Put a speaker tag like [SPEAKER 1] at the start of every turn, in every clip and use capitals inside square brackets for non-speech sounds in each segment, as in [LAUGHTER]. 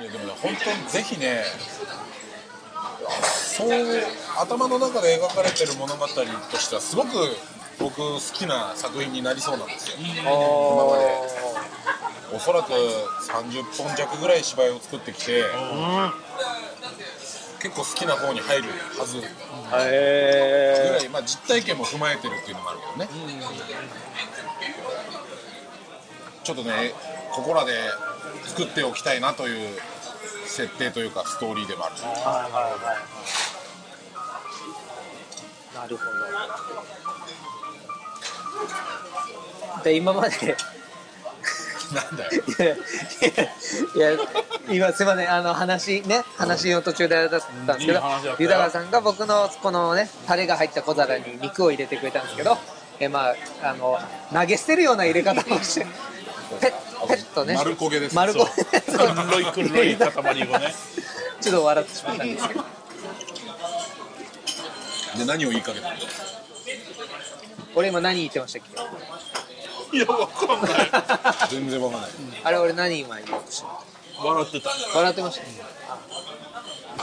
[SPEAKER 1] いやでもね本当にぜひねそう頭の中で描かれてる物語としてはすごく僕好きな作品になりそうなんですよ今までおそらく30本弱ぐらい芝居を作ってきて結構好きな方に入るはずぐ
[SPEAKER 2] へ
[SPEAKER 1] らい、まあ、実体験も踏まえてるっていうのもあるけどねちょっとねここらで作っておきたいなという設定というかストーリーでもある
[SPEAKER 2] ーはいはいはいなるほどで今まで
[SPEAKER 1] なんだよ
[SPEAKER 2] いやいやいや今すいませんあの話ね話の途中であれだったんですけ
[SPEAKER 3] いい
[SPEAKER 2] ど
[SPEAKER 3] 話だったよ
[SPEAKER 2] 豊川さんが僕のこのねタレが入った小皿に肉を入れてくれたんですけどえまああの投げ捨てるような入れ方をしてペッペッとね
[SPEAKER 1] 丸焦げです
[SPEAKER 2] 丸焦げ
[SPEAKER 3] そうくんろいくんろい塊をね
[SPEAKER 2] ちょっと笑ってしまったんですけど
[SPEAKER 1] で何を言いかけたの
[SPEAKER 2] 俺今何言ってましたっけ
[SPEAKER 3] いやわかんない
[SPEAKER 1] 全然わかんない
[SPEAKER 2] あれ俺何今言おうとした
[SPEAKER 3] 笑ってた
[SPEAKER 2] 笑ってまし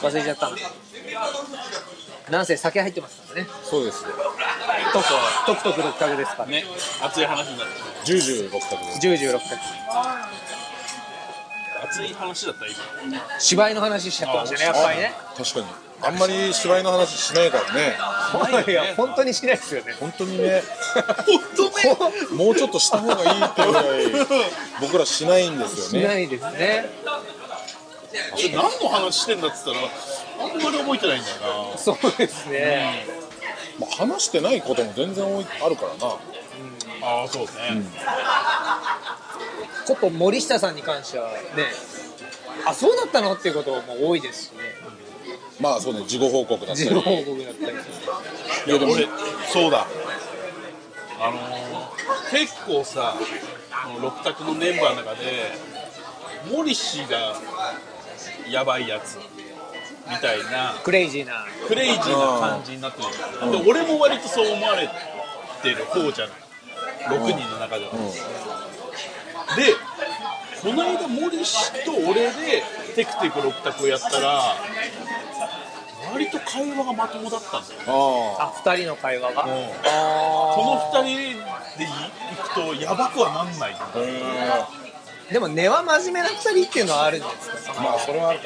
[SPEAKER 2] た、忘れちゃったななんせ酒入ってますからね
[SPEAKER 1] そうです
[SPEAKER 2] トクトクトク六角ですから
[SPEAKER 3] ね熱い話になってた
[SPEAKER 1] 10 6角です
[SPEAKER 2] 十十六角
[SPEAKER 3] 熱い話だった今
[SPEAKER 2] 芝居の話しちゃってましたねやっぱりね
[SPEAKER 1] 確かにあんまり芝居の話しないからね
[SPEAKER 3] ないよね
[SPEAKER 2] いや本当にしないですよね
[SPEAKER 1] 本当にね
[SPEAKER 3] 本当ね
[SPEAKER 1] もうちょっとした方がいいってぐ
[SPEAKER 2] [LAUGHS]
[SPEAKER 1] らい僕らしないんです
[SPEAKER 2] し
[SPEAKER 1] よね
[SPEAKER 2] ないですね
[SPEAKER 3] 何の話してんだっつったらあんまり覚えてないんだよな
[SPEAKER 2] そうですね、
[SPEAKER 1] まあ話してないことも全然多いあるからな
[SPEAKER 3] ああそうね、
[SPEAKER 2] こと森下さんに関してはねあそうだったのっていうことも多いですしね
[SPEAKER 1] まあそうね事後報告だった
[SPEAKER 2] 自
[SPEAKER 1] り
[SPEAKER 2] 己報告だったり
[SPEAKER 3] いやでも俺そうだあのー、結構さこの六択のメンバーの中でモリシがやばいやつみたいな
[SPEAKER 2] クレイジーな
[SPEAKER 3] クレイジーな感じになってるじゃんで俺も割とそう思われてる方じゃない6人の中では、でこの間森氏と俺でテクテク六択をやったら割と会話がまともだったんだよ
[SPEAKER 1] あ
[SPEAKER 2] あ二人の会話が、
[SPEAKER 3] もう
[SPEAKER 2] あ
[SPEAKER 3] こ
[SPEAKER 2] ー
[SPEAKER 3] の2人で行くとやばくはなんない
[SPEAKER 1] あうん
[SPEAKER 2] でも根は真面目な二人っていうのはあるんじゃないですか
[SPEAKER 1] まあそれはあるか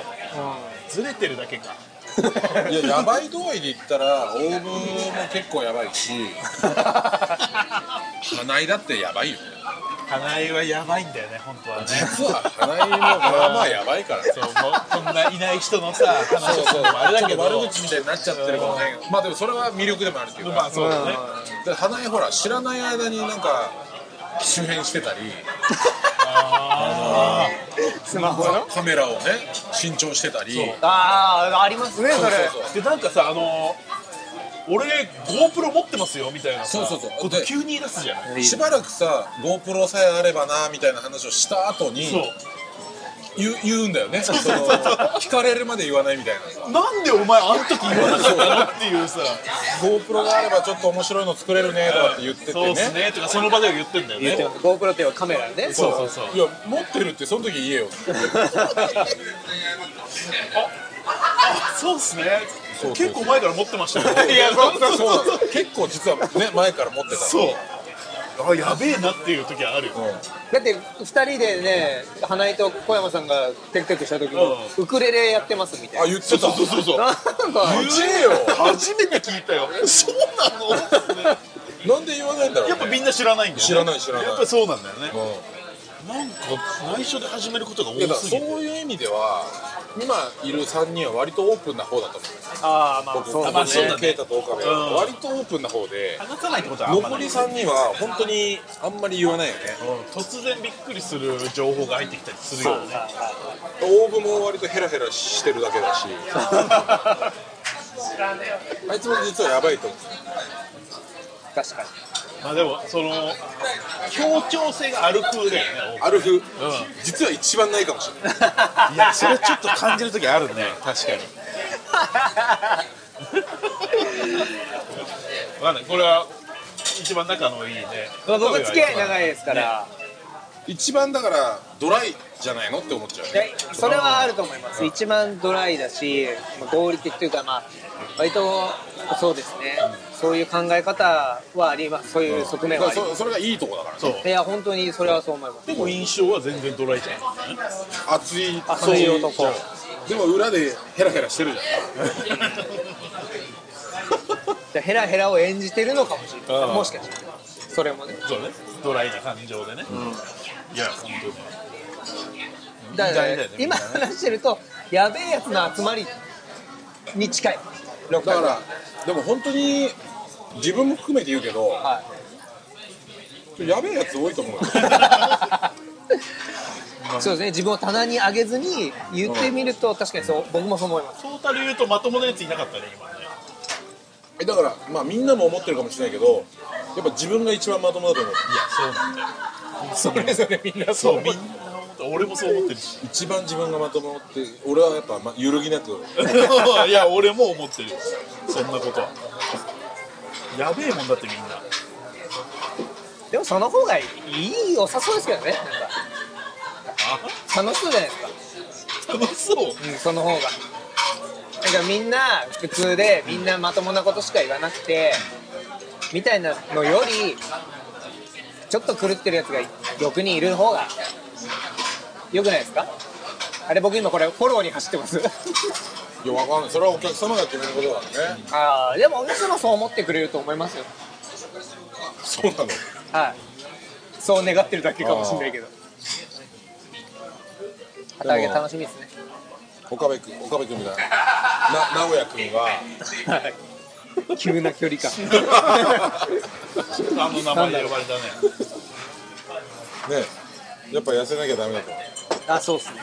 [SPEAKER 3] ずれてるだけ [LAUGHS] か
[SPEAKER 1] もいややばい度合いで言ったらオーブも結構やばい
[SPEAKER 2] [LAUGHS]
[SPEAKER 1] し花井だってやばいよ
[SPEAKER 3] 花江はやばいんだよね本当はね
[SPEAKER 1] 実は花井もまあまあやばいか
[SPEAKER 3] [LAUGHS]
[SPEAKER 1] ら
[SPEAKER 3] そうもうこんないない人のさ話
[SPEAKER 1] そ
[SPEAKER 3] を
[SPEAKER 1] う
[SPEAKER 3] す
[SPEAKER 1] そ
[SPEAKER 3] る
[SPEAKER 1] う、
[SPEAKER 3] のもあれだけど
[SPEAKER 1] 悪口みたいになっちゃってるかもね。まあでもそれは魅力でもあるっていう
[SPEAKER 3] まあ
[SPEAKER 1] か。
[SPEAKER 3] そうだね、
[SPEAKER 1] で花江ほら知らない間になんか周辺してたり、
[SPEAKER 3] あ
[SPEAKER 2] スマホ
[SPEAKER 1] カメラをね新調してたり。そう
[SPEAKER 2] ああありますねそれ
[SPEAKER 1] そう
[SPEAKER 3] ーでなんかさあのー俺 GoPro 持ってますよみたいなさ
[SPEAKER 1] そうそうそう
[SPEAKER 3] こと
[SPEAKER 1] で
[SPEAKER 3] 急に言い出すじゃない
[SPEAKER 1] そう。しばらくさ GoPro さえあればなみたいな話をした後に
[SPEAKER 3] そう
[SPEAKER 1] 言う言うんだよね。その聞かれるまで言わないみたいなさ。
[SPEAKER 3] なんでお前あの時言わなかったのっていうさ
[SPEAKER 1] GoPro があればちょっと面白いの作れるねとかって言ってて
[SPEAKER 3] そうっす
[SPEAKER 1] ね。
[SPEAKER 3] ねとかその場では言ってんだよ
[SPEAKER 2] 言って
[SPEAKER 3] ね
[SPEAKER 2] ます GoPro っていうのはカメラね
[SPEAKER 3] そうそうそう
[SPEAKER 1] いや持ってるってその時言えよ。
[SPEAKER 3] そうっすね
[SPEAKER 1] そうそう
[SPEAKER 3] 結構前から持ってましたよ
[SPEAKER 1] [LAUGHS]
[SPEAKER 3] い
[SPEAKER 1] そうなの結構実はね前から持ってたの。
[SPEAKER 3] そうあやべえなっていう時はあるよ
[SPEAKER 1] うん
[SPEAKER 2] だって二人でね花井と小山さんがテクテクした時も
[SPEAKER 3] う
[SPEAKER 2] ウクレレやってますみたい
[SPEAKER 1] あ
[SPEAKER 2] な
[SPEAKER 1] 言ってた
[SPEAKER 3] そうそうそう
[SPEAKER 2] なんか
[SPEAKER 1] 言えよ
[SPEAKER 3] 初めて聞いたよそうなの
[SPEAKER 1] [LAUGHS] なんで言わないんだろう、
[SPEAKER 3] や
[SPEAKER 1] ね、
[SPEAKER 3] っぱみんな知らないんだよ、ね、
[SPEAKER 1] 知らない知らない
[SPEAKER 3] やっぱそうなんだよね
[SPEAKER 1] うん
[SPEAKER 3] なんか内緒で始めることが
[SPEAKER 1] いやだ
[SPEAKER 3] 多
[SPEAKER 1] か
[SPEAKER 3] す
[SPEAKER 1] ら
[SPEAKER 3] ぎ
[SPEAKER 1] そう
[SPEAKER 3] て
[SPEAKER 1] いう意味では今いる3人は割とオープンな方だと思う
[SPEAKER 2] あーまあそう
[SPEAKER 3] まあそうだね
[SPEAKER 1] ケイタと岡部は
[SPEAKER 3] うん
[SPEAKER 1] 割とオープンな方で
[SPEAKER 3] 話さないってことはあんまな
[SPEAKER 1] 残
[SPEAKER 3] い
[SPEAKER 1] り3人は本当にあんまり言わないよね
[SPEAKER 3] うん突然びっくりする情報が入ってきたりするよね
[SPEAKER 1] オーブも割とヘラヘラしてるだけだしあいつも実はやばいと思う
[SPEAKER 2] 確かに
[SPEAKER 3] [LAUGHS] まあでもその協調性がある風だよね
[SPEAKER 1] アルフ、実は一番ないかもしれない
[SPEAKER 3] いやそれちょっと感じる時あるね確かに分かんないこれは一番仲のいいね
[SPEAKER 2] まあ僕付き合い長いですから
[SPEAKER 1] 一番だからドライじゃないのって思っちゃうね
[SPEAKER 2] でそれはあると思います一番ドライだしまあ合理的というかまあ割とそうですねそういう考え方はありますそういう側面はあり
[SPEAKER 1] だからそ
[SPEAKER 2] ま
[SPEAKER 1] それがいいとこだからね
[SPEAKER 3] そう
[SPEAKER 2] すいや本当にそれはそう思います
[SPEAKER 3] でも印象は全然ドライじゃない
[SPEAKER 1] 熱い
[SPEAKER 2] 熱い男
[SPEAKER 1] そうでも裏でヘラヘラしてるじゃん
[SPEAKER 2] じゃあヘラヘラを演じてるのかもしれ
[SPEAKER 3] う
[SPEAKER 2] なんいもしかしたらそれもね
[SPEAKER 3] そうねドライな感情でね、いや本当に
[SPEAKER 2] だから
[SPEAKER 3] みたいだよね
[SPEAKER 2] 今話してるとやべえやつの集まりに近い
[SPEAKER 1] だからでも本当に自分も含めて言うけど
[SPEAKER 2] は
[SPEAKER 1] やべえやつ多いと思うよ
[SPEAKER 2] い [LAUGHS] そうですね自分を棚に上げずに言ってみると確かにそう僕もそう思います
[SPEAKER 3] トータル言うとまともなやついなかったね今ね
[SPEAKER 1] えだからまあみんなも思ってるかもしれないけどやっぱ自分が一番まともだと思う
[SPEAKER 3] いやそうなんだよ
[SPEAKER 2] それぞれみんな
[SPEAKER 3] そうみんな思って俺もそう思ってる [LAUGHS] し
[SPEAKER 1] 一番自分がまともって俺はやっぱ、ま、揺るぎなく
[SPEAKER 3] いや俺も思ってるそんなことはやべえもんだってみんな
[SPEAKER 2] でもその方がいい良さそうですけどねなんか楽しそうじゃないですか
[SPEAKER 3] 楽しそう
[SPEAKER 2] うんその方がなんかみんな普通でみんなまともなことしか言わなくてみたいなのよりちょっと狂ってるやつが欲にいる方がよくないですかあれ僕今これフォローに走ってます [LAUGHS]
[SPEAKER 1] いやわかんないそれはお客様が決めることだからね
[SPEAKER 2] ああでもお客様そう思ってくれると思いますよ
[SPEAKER 1] そうなの
[SPEAKER 2] はいそう願ってるだけかもしれないけど旗揚げ楽しみですね
[SPEAKER 1] 岡部君岡部君みたいなな直哉君が
[SPEAKER 2] はい [LAUGHS] 急な距離 [LAUGHS] 感
[SPEAKER 3] あの名前で呼ばれたね
[SPEAKER 1] ねやっぱ痩せなきゃダメだと
[SPEAKER 2] あそうですね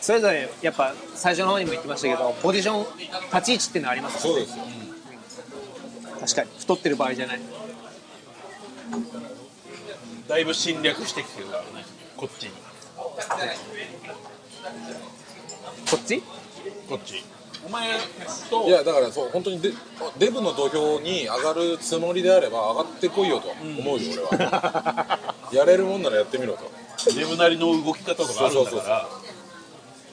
[SPEAKER 2] それぞれやっぱ最初の方にも言ってましたけどポジション立ち位置っていうのはあります
[SPEAKER 1] そうですよ
[SPEAKER 2] 確かに太ってる場合じゃない
[SPEAKER 3] だいぶ侵略してきてるからねこっちに
[SPEAKER 2] こ [LAUGHS] っち
[SPEAKER 3] こっちお前と
[SPEAKER 1] いやだからそう本当にデデブの土俵に上がるつもりであれば上がってこいよと思うよ、俺はやれるもんならやってみろと
[SPEAKER 3] 自分なりの動き方とかあるんだから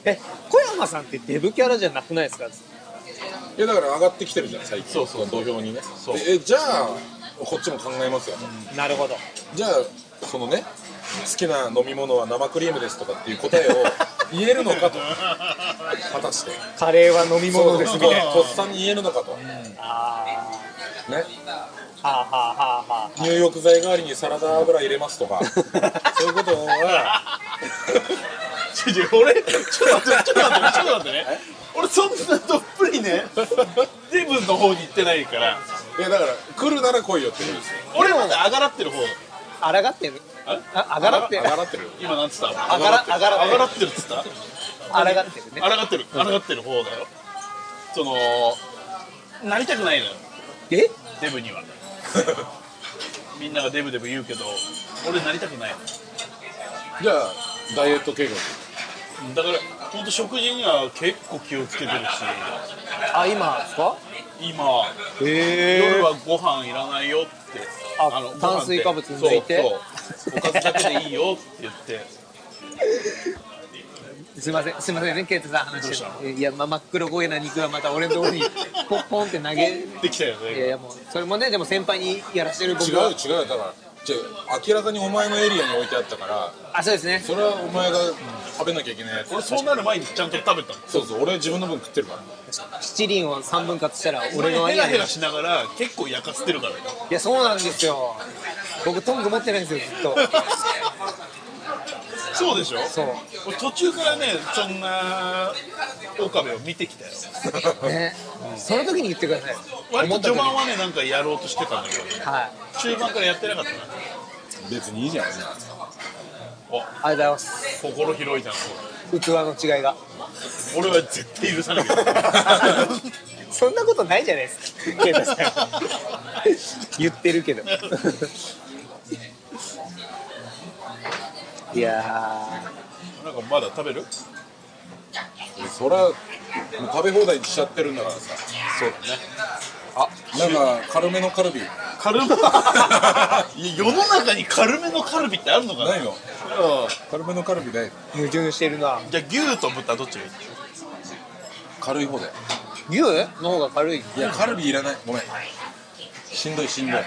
[SPEAKER 2] え小山さんってデブキャラじゃなくないですか
[SPEAKER 1] いやだから上がってきてるじゃん最近
[SPEAKER 3] そうそう
[SPEAKER 1] の土俵にね
[SPEAKER 3] そう
[SPEAKER 1] でえじゃあこっちも考えますよ、と
[SPEAKER 2] なるほど
[SPEAKER 1] じゃあそのね好きな飲み物は生クリームですとかっていう答
[SPEAKER 3] [LAUGHS]
[SPEAKER 1] えを言えるのかと果たして
[SPEAKER 2] カレーは飲み物ですみたいな
[SPEAKER 1] とっさに言えるのかと、ね
[SPEAKER 2] あーはあはあはあは
[SPEAKER 1] 入浴剤代わりにサラダ油入れますとか
[SPEAKER 3] [LAUGHS]
[SPEAKER 1] そういうことは
[SPEAKER 3] ちょちょ俺ちょっと待ってちょっと待ってちょっと待ってね俺そんなどっぷりねデブの方に行ってないから
[SPEAKER 1] いやだから来るなら来いよって言うんですよ
[SPEAKER 3] 俺まだ上がらってる方
[SPEAKER 2] ああらがってる
[SPEAKER 3] あ
[SPEAKER 2] ああがらってる
[SPEAKER 1] 上がってる
[SPEAKER 3] 今なんつった
[SPEAKER 2] あがらあがら
[SPEAKER 3] 上がってるっつった
[SPEAKER 2] あらがってるね
[SPEAKER 3] あらがってるあらがってる方だよそのなりたくないのよ
[SPEAKER 2] え
[SPEAKER 3] デブにはみんながデブデブ言うけど俺なりたくない
[SPEAKER 1] じゃあダイエット計画
[SPEAKER 3] のだから本当食事には結構気をつけてるし
[SPEAKER 2] あ今ですか
[SPEAKER 3] 今
[SPEAKER 2] へ
[SPEAKER 3] 夜はご飯いらないよって
[SPEAKER 2] あ
[SPEAKER 3] のご飯って
[SPEAKER 2] 炭水化物抜いて
[SPEAKER 3] そうそうおかずだけでいいよって言って
[SPEAKER 2] すいませんすいませんねケイトさん話して
[SPEAKER 3] どう
[SPEAKER 2] るいや、まあ、真っ黒焦げな肉はまた俺のと
[SPEAKER 3] [LAUGHS]
[SPEAKER 2] ころにポンポンって投げ
[SPEAKER 3] できたよね
[SPEAKER 2] いやいやもうそれもねでも先輩にやらしてる僕
[SPEAKER 1] 違う
[SPEAKER 2] は
[SPEAKER 1] 違うだからじゃあ明らかにお前のエリアに置いてあったから
[SPEAKER 2] あそうですね
[SPEAKER 1] それはお前が食べなきゃいけないやつ
[SPEAKER 3] 俺そうなる前にちゃんと食べたの
[SPEAKER 1] そうそう俺自分の分食ってるから
[SPEAKER 2] 七輪を三分割したら俺の
[SPEAKER 3] 俺ヘラ
[SPEAKER 2] 間に
[SPEAKER 3] ヘラしながら結構焼かせてる [LAUGHS] からね
[SPEAKER 2] いやそうなんですよ僕トング持ってないんですよずっと
[SPEAKER 3] そうでしょ
[SPEAKER 2] そう
[SPEAKER 3] 俺途中からねそんな岡部を見てきたよ
[SPEAKER 2] ねその時に言ってください
[SPEAKER 3] 割と序盤
[SPEAKER 2] は
[SPEAKER 3] はねなんかやろうとしてたんだけどね
[SPEAKER 2] はい
[SPEAKER 3] 中盤からやってなかったな
[SPEAKER 1] 別にいいじゃん
[SPEAKER 2] ありがとうございます
[SPEAKER 3] 心広いじゃん
[SPEAKER 2] 器の違いが
[SPEAKER 3] 俺は絶対許さないけど [LAUGHS]
[SPEAKER 2] そんなことないじゃないですかケイタさん [LAUGHS] 言ってるけどいや
[SPEAKER 3] なんかまだ食べる
[SPEAKER 1] そりゃもう食べ放題しちゃってるんだからさ
[SPEAKER 3] そうだね
[SPEAKER 1] あなんか軽めのカルビ
[SPEAKER 3] [LAUGHS] カルメ世の中に軽めのカルビってあるのかな
[SPEAKER 1] ないの軽めのカルビない
[SPEAKER 2] 矛盾してるな
[SPEAKER 3] じゃあ牛と豚どっちがいい
[SPEAKER 1] 軽い方で
[SPEAKER 2] 牛の方が軽い
[SPEAKER 1] いやカルビいらないごめんしんどいしんどい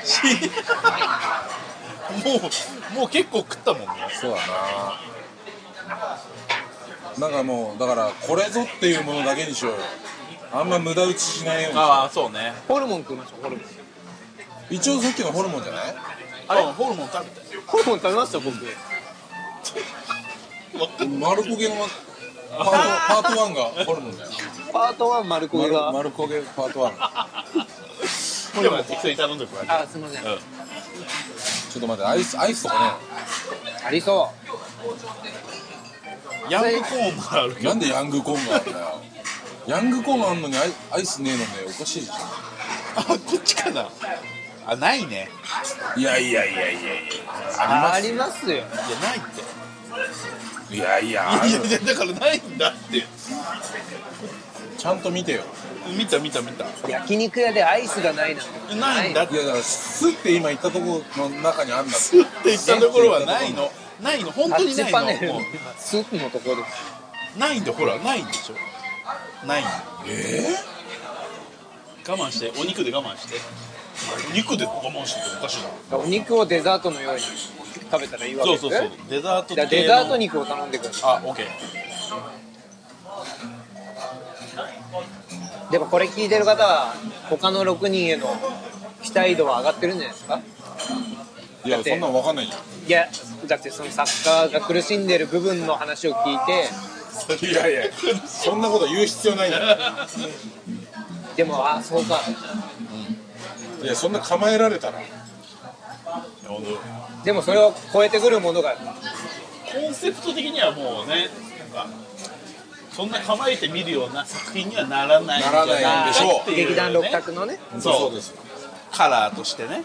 [SPEAKER 3] もうもう結構食ったもんね
[SPEAKER 1] そうだななんかもうだからこれぞっていうものだけにしようよあんま無駄打ちしないように
[SPEAKER 3] ああそうね
[SPEAKER 2] ホルモン食いましょうホルモン
[SPEAKER 1] 一応さっきのホルモンじゃない
[SPEAKER 3] あれホルモン食べた
[SPEAKER 2] ホルモン食べました僕
[SPEAKER 1] 丸焦げのパートパート1がホルモンだよ
[SPEAKER 2] パート1丸焦げ
[SPEAKER 1] 丸
[SPEAKER 2] が
[SPEAKER 1] 丸焦げパート1
[SPEAKER 3] よでも適当に頼んでくれ
[SPEAKER 2] あすいません
[SPEAKER 1] ちょっと待ってアイスアイスとか
[SPEAKER 2] ありそ
[SPEAKER 3] ヤングコーンもあるけ
[SPEAKER 1] ね
[SPEAKER 3] ど
[SPEAKER 1] なんでヤングコーンがあるんだよヤングコーンあんのにアイアイスねえのねおかしいでしょ
[SPEAKER 3] あこっちかなあないね
[SPEAKER 1] いやいやいやいやいや
[SPEAKER 2] うあありますよ
[SPEAKER 3] いやないって
[SPEAKER 1] いやいやあ
[SPEAKER 3] いや
[SPEAKER 1] る
[SPEAKER 3] いやだからないんだって
[SPEAKER 1] ちゃんと見てよ
[SPEAKER 3] 見た見た見た
[SPEAKER 2] 焼肉屋でアイスがないなんて
[SPEAKER 3] ないんだっ
[SPEAKER 1] い
[SPEAKER 3] て
[SPEAKER 1] やだからスって今言ったとこの中にあんだって
[SPEAKER 3] スって言ったところはないのないの本
[SPEAKER 2] タ
[SPEAKER 3] 当
[SPEAKER 2] ッ
[SPEAKER 3] にな
[SPEAKER 2] チ
[SPEAKER 3] い
[SPEAKER 2] パネル
[SPEAKER 3] の
[SPEAKER 2] の
[SPEAKER 3] も
[SPEAKER 2] スープのところです
[SPEAKER 3] うないんだほらないんでしょないんだ
[SPEAKER 1] ええ
[SPEAKER 3] 我慢してお肉で我慢してお肉で我慢してっておかしいな
[SPEAKER 2] お肉をデザートのように食べたらいいわけ
[SPEAKER 3] そ
[SPEAKER 2] で
[SPEAKER 3] う
[SPEAKER 2] す
[SPEAKER 3] そうそうデザート
[SPEAKER 2] じゃ
[SPEAKER 3] 系
[SPEAKER 2] あ
[SPEAKER 3] の
[SPEAKER 2] デザート肉を頼んでくださ
[SPEAKER 3] あオッケー
[SPEAKER 2] いでもこれ聞いてる方は他の6人への期待度は上がってるんじゃないですか
[SPEAKER 1] い
[SPEAKER 2] だっ
[SPEAKER 1] や
[SPEAKER 2] て
[SPEAKER 1] そんなん分かんないよ
[SPEAKER 2] いやだってそのサッカーが苦しんでる部分の話を聞いて
[SPEAKER 1] いやいやそんなこと言う必要ないんだよ
[SPEAKER 2] でもあそうか
[SPEAKER 1] いやそんな構えられたら
[SPEAKER 3] なるほど
[SPEAKER 2] でもそれを超えてくるものが
[SPEAKER 3] コンセプト的にはもうねなんかそんな構えて見るような作品にはならないんじゃ
[SPEAKER 1] ならないんでしょう
[SPEAKER 3] っていうね
[SPEAKER 2] 劇団六角のね
[SPEAKER 3] そう
[SPEAKER 1] ですよ
[SPEAKER 3] カラーとしてね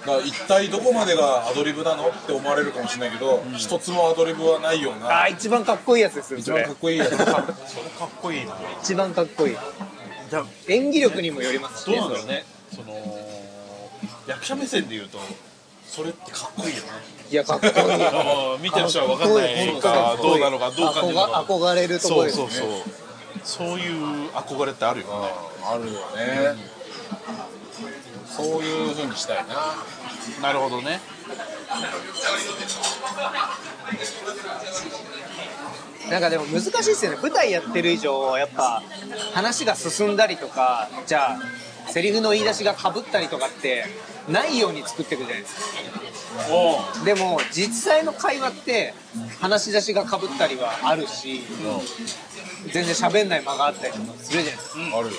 [SPEAKER 1] だから一体どこまでがアドリブなのって思われるかもしれないけど、一つもアドリブはないような
[SPEAKER 2] あー一番かっこいいやつですよ
[SPEAKER 1] 一
[SPEAKER 2] そ
[SPEAKER 1] 番
[SPEAKER 2] れ
[SPEAKER 1] かっこいいやつ
[SPEAKER 3] それかっこいいな
[SPEAKER 2] 一番かっこいい
[SPEAKER 3] じゃあ
[SPEAKER 2] 演技力にもよりますし
[SPEAKER 3] どう
[SPEAKER 2] ね
[SPEAKER 3] なんだろうねその役者目線で言うとそれってかっこいいよね
[SPEAKER 2] いやかっこいい
[SPEAKER 3] あー見てる人は分かんない
[SPEAKER 2] か
[SPEAKER 3] か
[SPEAKER 2] っこ
[SPEAKER 3] ど
[SPEAKER 2] いう
[SPEAKER 3] なのかどう感じるのか
[SPEAKER 2] 憧れるとこ
[SPEAKER 3] そ
[SPEAKER 2] ろ
[SPEAKER 3] う
[SPEAKER 2] です
[SPEAKER 3] そう
[SPEAKER 2] ね
[SPEAKER 3] そうそういう憧れってあるよね
[SPEAKER 1] あるよね、そういうふうにしたいな
[SPEAKER 3] なるほどね
[SPEAKER 2] なんかでも難しいですよね舞台やってる以上やっぱ話が進んだりとかじゃあセリフの言い出しがかぶったりとかってないように作っていくじゃないですか
[SPEAKER 3] お
[SPEAKER 2] でも実際の会話って話し出しがかぶったりはあるし、全然喋んない間があったりとかするじゃないですか
[SPEAKER 1] あるよ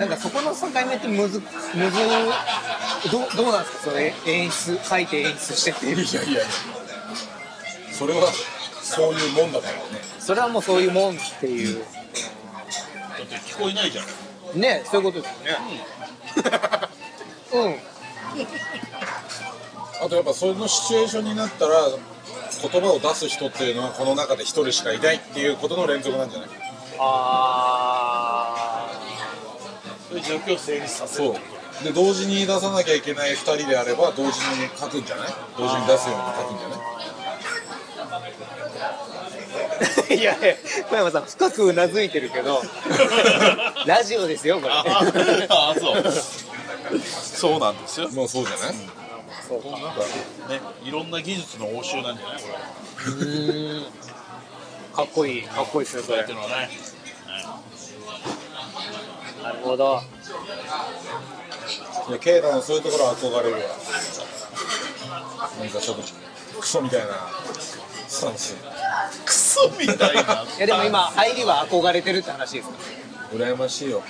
[SPEAKER 2] なんかそこの境目ってむずむずどうどうなんですかそれ演出書いて演出してって
[SPEAKER 1] いやいやいやそれはそういうもんだからね
[SPEAKER 2] それはもうそういうもんっていう
[SPEAKER 3] だって聞こえないじゃん
[SPEAKER 2] ねそういうことですよねうん
[SPEAKER 1] あとやっぱそのシチュエーションになったら言葉を出す人っていうのはこの中で一人しかいないっていうことの連続なんじゃない
[SPEAKER 2] あ
[SPEAKER 3] そういう状況を成立させる
[SPEAKER 1] そうで同時に出さなきゃいけない2人であれば同時に書くんじゃない同時に出すように書くんじゃない
[SPEAKER 2] あいやいや小山さん深くうなずいてるけどラジオですよこれ
[SPEAKER 3] ああそうそうなんですよ、ね、
[SPEAKER 1] もうそうじゃない、
[SPEAKER 2] そうか
[SPEAKER 3] いろんな技術の応酬なんじゃないこれ
[SPEAKER 2] うーんかっこいいかっこいいですねそ
[SPEAKER 3] そうやっ
[SPEAKER 2] れ
[SPEAKER 3] てのはね
[SPEAKER 2] なるほど
[SPEAKER 1] いやケイタのそういうところは憧れるわなんかちょっとクソみたいなスタンス
[SPEAKER 3] クソみたいない
[SPEAKER 2] やでも今入りは憧れてるって話ですか
[SPEAKER 1] 羨ましいよ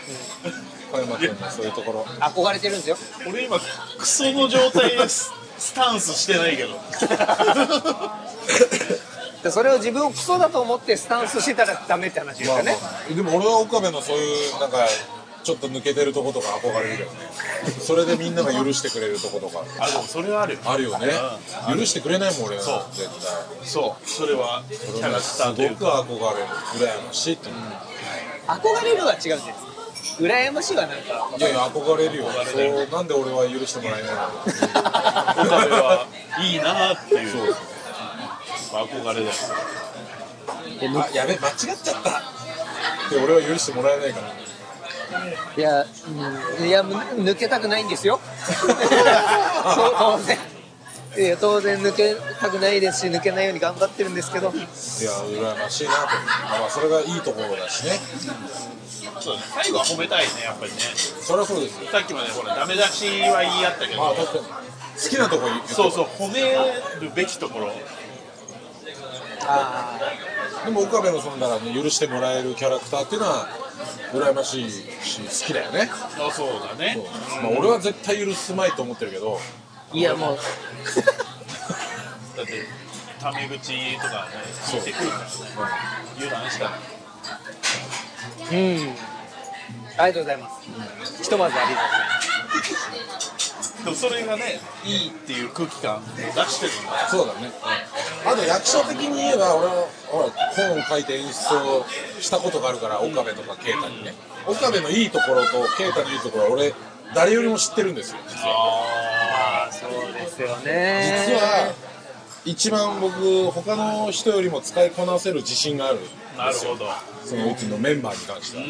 [SPEAKER 1] 小山君のそういうところ
[SPEAKER 2] 憧れてるんですよ
[SPEAKER 3] 俺今クソの状態でススタンスしてないけど
[SPEAKER 2] でそれを自分をクソだと思ってスタンスしてたらダメって話です
[SPEAKER 1] ま
[SPEAKER 2] よ
[SPEAKER 1] あま
[SPEAKER 2] ね、
[SPEAKER 1] あでも俺は岡部のそういうなんかちょっと抜けてるとことか憧れるけどねそれでみんなが許してくれるとことか
[SPEAKER 3] あでもそれはあるよ
[SPEAKER 1] あるよね許してくれないもん俺
[SPEAKER 3] そう
[SPEAKER 1] は絶対
[SPEAKER 3] そうそれはキ
[SPEAKER 1] そ
[SPEAKER 3] ャ
[SPEAKER 1] れ
[SPEAKER 3] ラ
[SPEAKER 1] は
[SPEAKER 3] ク
[SPEAKER 1] す
[SPEAKER 3] ターとい
[SPEAKER 1] ご
[SPEAKER 3] う
[SPEAKER 1] く
[SPEAKER 3] か
[SPEAKER 1] 憧れる羨ましいって思う
[SPEAKER 2] 憧れるは違うじゃないですか羨ましいはなん [LAUGHS] か
[SPEAKER 1] いやいや憧れるよそうなんで俺は許してもらえないの
[SPEAKER 3] 岡部はいいなっていう
[SPEAKER 1] そう
[SPEAKER 3] ぱ憧れだよ
[SPEAKER 1] あやべ間違っちゃったで俺は許してもらえないから
[SPEAKER 2] いや、うんいや、む抜けたくないんです [LAUGHS] よ。そう当然。いや、当然抜けたくないですし、抜けないように頑張ってるんですけど。
[SPEAKER 1] いや羨ましいなと思ってまあまあそれがいいところだしね
[SPEAKER 3] そうだね最後は褒めたいねやっぱりね
[SPEAKER 1] それはそうですよ
[SPEAKER 3] さっきまでほらダメ出しは言い合ったけど、
[SPEAKER 1] まあ確かに好きなとこ言って
[SPEAKER 3] そうそう褒めるべきところ
[SPEAKER 2] ああ、
[SPEAKER 1] でも岡部のそのだから、ね、許してもらえるキャラクターっていうのは羨ましいし好きだよね
[SPEAKER 3] あそうだね
[SPEAKER 1] そうまあ、俺は絶対許すまいと思ってるけど
[SPEAKER 2] いや、も
[SPEAKER 3] だ
[SPEAKER 2] う。
[SPEAKER 3] ってタメ口とかね聞いてくるからね油断したら
[SPEAKER 2] うん。ありがとうございます。ひとまずありがとう
[SPEAKER 3] でもそれがねいいっていう空気感を出してるんだ
[SPEAKER 1] そうだね、あと役者的に言えば俺はほら本を書いて演出をしたことがあるから岡部とか啓太にね岡部のいいところと啓太のいいところは俺誰よりも知ってるんですよ実は
[SPEAKER 2] ああ、そうですよね
[SPEAKER 1] 実は一番僕他の人よりも使いこなせる自信がある
[SPEAKER 3] なるほど
[SPEAKER 1] そのうちのメンバーに関しては、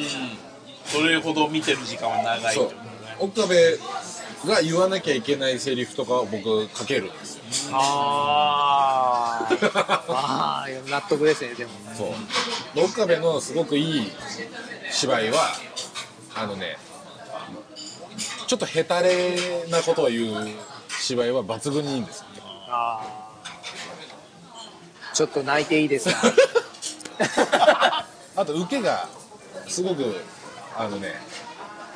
[SPEAKER 3] それほど見てる時間は長いって
[SPEAKER 1] そう
[SPEAKER 3] ことだね
[SPEAKER 1] 岡部が言わなきゃいけないセリフとかを僕書けるんですよ
[SPEAKER 2] ああ。まあ、納得ですね、でも。
[SPEAKER 1] そうで岡部のすごくいい芝居はあのねちょっとヘタレなことを言う芝居は抜群にいいんですよ
[SPEAKER 2] ああ。ちょっと泣いていいですか
[SPEAKER 1] あと受けがすごくあのね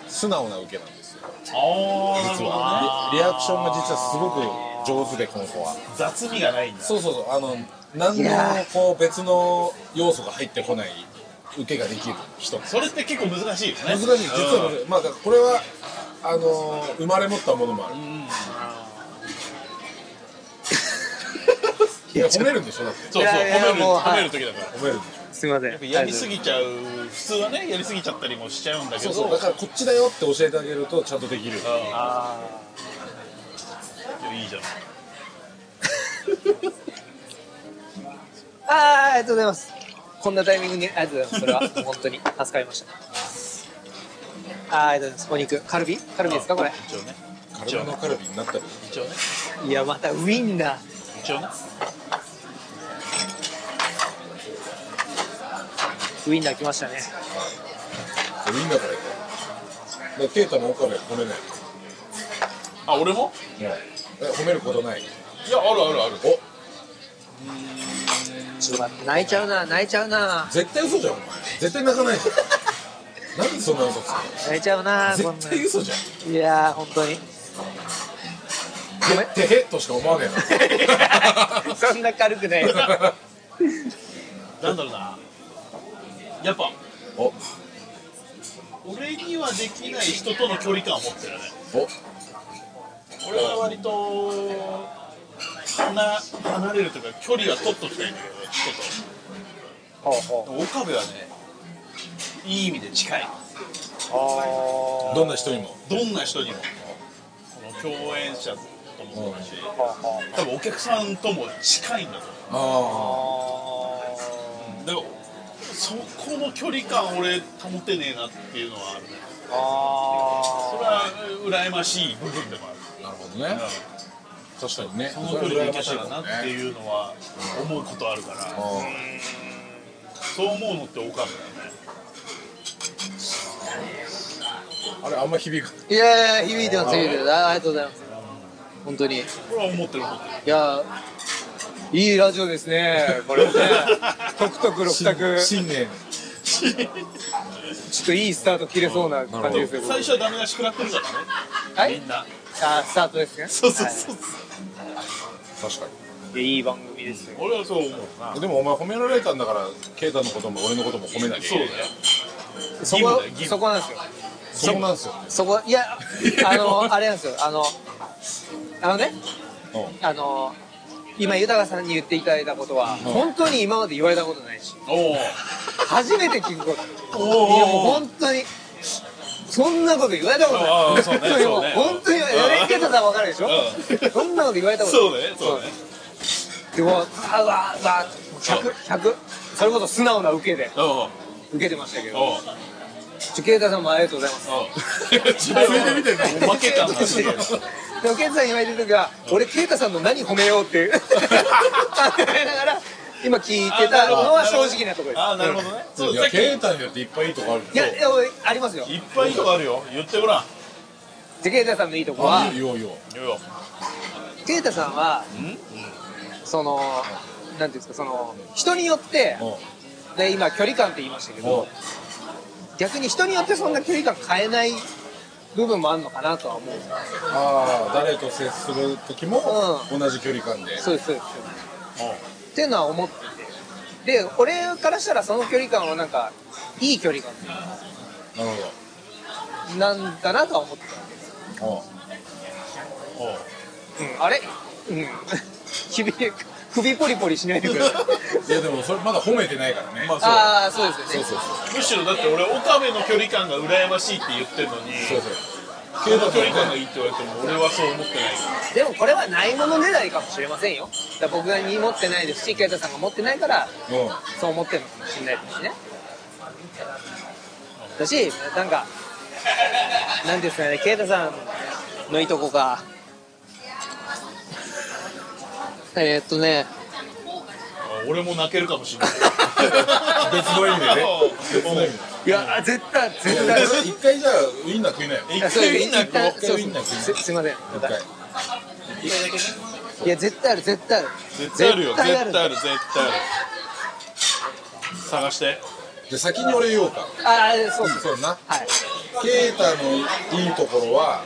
[SPEAKER 1] 素直な受けなんですよ
[SPEAKER 3] あ
[SPEAKER 1] 実はリリアクションが実はすごく上手でこの子は
[SPEAKER 3] あ雑味がないんだ
[SPEAKER 1] そうそうそうあの何
[SPEAKER 2] い
[SPEAKER 1] の
[SPEAKER 2] や
[SPEAKER 1] こう別の要素が入ってこない受けができる人
[SPEAKER 3] それって結構難しいよね
[SPEAKER 1] 難しい実は難しいまあだからこれはあのー生まれ持ったものもあるいや褒めるんでしょだって
[SPEAKER 3] そうそう
[SPEAKER 2] い
[SPEAKER 3] 褒
[SPEAKER 2] やいや
[SPEAKER 3] める
[SPEAKER 2] もう
[SPEAKER 3] 褒める時だから
[SPEAKER 1] 褒めるんでし
[SPEAKER 2] すいません。
[SPEAKER 3] やりすぎちゃう普通はねやりすぎちゃったりもしちゃうんだけ
[SPEAKER 1] ょそ
[SPEAKER 3] ど
[SPEAKER 1] うそうだからこっちだよって教えてあげるとちゃんとできる
[SPEAKER 2] あ
[SPEAKER 3] うんいいじゃん
[SPEAKER 2] あーありがとうございますこんなタイミングにありがとうございますそれは本当に助かりましたあーありがとうございますお肉カルビカルビですかこれ
[SPEAKER 3] 一応ね
[SPEAKER 1] カルバのカルビになったり
[SPEAKER 3] 一応ね
[SPEAKER 2] いやまたウインナー
[SPEAKER 3] 一応ね
[SPEAKER 2] ウインナー来ましたね
[SPEAKER 1] ウィンだからいいでテータの岡部は褒めない
[SPEAKER 3] あ俺も
[SPEAKER 1] え褒めることない
[SPEAKER 3] いやあるあるある
[SPEAKER 2] ちょっと待って泣いちゃうな泣いちゃうな
[SPEAKER 1] 絶対嘘じゃんお前絶対泣かない
[SPEAKER 3] [LAUGHS]
[SPEAKER 1] じゃんなんでそんな嘘つく
[SPEAKER 2] 泣いちゃうなこ
[SPEAKER 1] の
[SPEAKER 2] ん
[SPEAKER 1] 絶対嘘じゃん
[SPEAKER 2] ないやー本当にごめん
[SPEAKER 1] てへっとしか思わねえ
[SPEAKER 2] そんな軽くな
[SPEAKER 3] [LAUGHS]
[SPEAKER 2] い
[SPEAKER 1] な
[SPEAKER 3] なんだろうなやっぱ
[SPEAKER 1] おお
[SPEAKER 3] 俺にはできない人との距離感を持ってるね俺は割と離離れるというか距離は取っときたいんだけど人
[SPEAKER 2] ほうほ
[SPEAKER 3] と岡部はねいい意味で近いう
[SPEAKER 1] どんな人にも
[SPEAKER 3] どんな人にもこの共演者ともそうだし
[SPEAKER 2] ほうほう
[SPEAKER 3] 多分お客さんとも近いんだと思
[SPEAKER 1] あ
[SPEAKER 3] うでもそこの距離感俺保てねえなっていうのはあるね
[SPEAKER 2] ああ
[SPEAKER 3] それは羨ましい部分でもある
[SPEAKER 1] あなるほどね確かにね
[SPEAKER 3] その距離でいけたらなっていうのは思うことあるから、
[SPEAKER 1] あ
[SPEAKER 3] そう思うのって岡部だよね
[SPEAKER 1] ああれあんま響かない
[SPEAKER 2] いやいや響いてます響いてますあーありがとうございます本当にい
[SPEAKER 3] これは思ってる思ってる
[SPEAKER 2] やーいいラジオですねこれねトクトク六択ちょ
[SPEAKER 1] 新年
[SPEAKER 2] っといいスタート切れそうな感じですよ
[SPEAKER 3] 最初はダメ出し食らってるからね、
[SPEAKER 2] はい
[SPEAKER 3] みんな
[SPEAKER 2] あースタートですね
[SPEAKER 3] そうそうそう、
[SPEAKER 1] 確か
[SPEAKER 2] はいいやいい番組ですよ
[SPEAKER 3] 俺はそう思うな
[SPEAKER 1] にでもお前褒められたんだから啓太のことも俺のことも褒めなきゃい
[SPEAKER 3] そ
[SPEAKER 1] け
[SPEAKER 3] う
[SPEAKER 1] な
[SPEAKER 3] だ
[SPEAKER 1] い
[SPEAKER 3] よ
[SPEAKER 2] そ
[SPEAKER 3] 義務
[SPEAKER 2] こ
[SPEAKER 3] だよ義務
[SPEAKER 2] そこなんです
[SPEAKER 1] そう
[SPEAKER 2] よ
[SPEAKER 1] なんですよ
[SPEAKER 2] そこいやあのあれなんですよあのあのねあの今豊さんに言っていただいたことは、本当に今まで言われたことないし
[SPEAKER 3] おう
[SPEAKER 2] 初めて聞くこと
[SPEAKER 3] おう
[SPEAKER 2] いやもう本当にそんなこと言われたこと
[SPEAKER 3] あああ
[SPEAKER 2] な
[SPEAKER 3] あ
[SPEAKER 2] い
[SPEAKER 3] そうね
[SPEAKER 2] 本当に
[SPEAKER 3] そうね
[SPEAKER 2] 本当に言われたことは分かるでしょ
[SPEAKER 3] うん
[SPEAKER 2] そんなこと言われたこと
[SPEAKER 3] そう
[SPEAKER 2] ない
[SPEAKER 3] ねそうね
[SPEAKER 2] でうわあうわうわ100 100それこそ素直な受けで
[SPEAKER 3] おう
[SPEAKER 2] 受けてましたけど
[SPEAKER 3] おう
[SPEAKER 2] ちょケイタさんもありがとうございます
[SPEAKER 3] おう自分で見てるの負けたんだし
[SPEAKER 2] でもケイタさん今言ってた時は俺ケイタさんの何褒めようっていう考えながら今聞いてたのは正直なところです
[SPEAKER 3] あーなるほどねそう
[SPEAKER 1] い
[SPEAKER 3] さ
[SPEAKER 1] や
[SPEAKER 3] っき
[SPEAKER 1] ケータによっていっぱいいいとこある
[SPEAKER 2] いやいや俺ありますよ
[SPEAKER 3] いっぱいいいとこあるよ言ってごらん
[SPEAKER 2] じゃあケイタさんのいいとこ
[SPEAKER 1] あ
[SPEAKER 2] はい
[SPEAKER 1] いよいい
[SPEAKER 3] よい
[SPEAKER 1] よ
[SPEAKER 3] よ
[SPEAKER 2] ケイタさんは
[SPEAKER 3] ん
[SPEAKER 2] そのなんていうんですかその人によって
[SPEAKER 1] うん
[SPEAKER 2] で今距離感って言いましたけど逆に人によってそんな距離感変えない部分もあるのかなとは思う
[SPEAKER 1] ああ誰と接する時も同じ距離感で
[SPEAKER 2] そうですそうですっていうのは思っててで俺からしたらその距離感はなんかいい距離感
[SPEAKER 1] なる
[SPEAKER 2] なんだなとは思って
[SPEAKER 1] ほど
[SPEAKER 3] おう
[SPEAKER 2] た、うん、あれうん [LAUGHS] 首首ポリポリしないでください
[SPEAKER 1] うんいやでもそれまだ褒めてないからね
[SPEAKER 3] まあそう
[SPEAKER 2] ああそうですよね
[SPEAKER 1] そうそうそう
[SPEAKER 3] むしろだって俺岡部の距離感が羨ましいって言ってるのに
[SPEAKER 1] そうそう
[SPEAKER 3] その距離感がいいって言われても俺はそう思ってない [LAUGHS]
[SPEAKER 2] でもこれはないものねだりかもしれませんよだから僕がに持ってないですし啓太さんが持ってないから
[SPEAKER 1] うん
[SPEAKER 2] そう思ってるのかもしれないですねだしなんかなんていうんですかね啓太さんのいとこがえーっとね
[SPEAKER 3] あ俺も泣けるかもしれない
[SPEAKER 1] 別の意味でね別の意味
[SPEAKER 2] いや絶 [LAUGHS] 対絶対
[SPEAKER 1] で一回じゃあウインナー食いなよ
[SPEAKER 3] 一
[SPEAKER 2] いやそう
[SPEAKER 3] 回みんな
[SPEAKER 2] 一旦
[SPEAKER 3] こ
[SPEAKER 1] う
[SPEAKER 2] そう
[SPEAKER 1] みんなこう
[SPEAKER 2] すすいません
[SPEAKER 3] 一回
[SPEAKER 1] 一回
[SPEAKER 3] だけね
[SPEAKER 2] いや絶対ある絶対ある
[SPEAKER 3] 絶対あるよ絶対
[SPEAKER 2] 絶対
[SPEAKER 3] あ
[SPEAKER 2] あ
[SPEAKER 3] る
[SPEAKER 2] る
[SPEAKER 3] 絶対ある探して
[SPEAKER 1] じゃあ先に俺言おうか
[SPEAKER 2] ああそうそう
[SPEAKER 1] そうだな
[SPEAKER 2] はい
[SPEAKER 1] ケイタのいいところは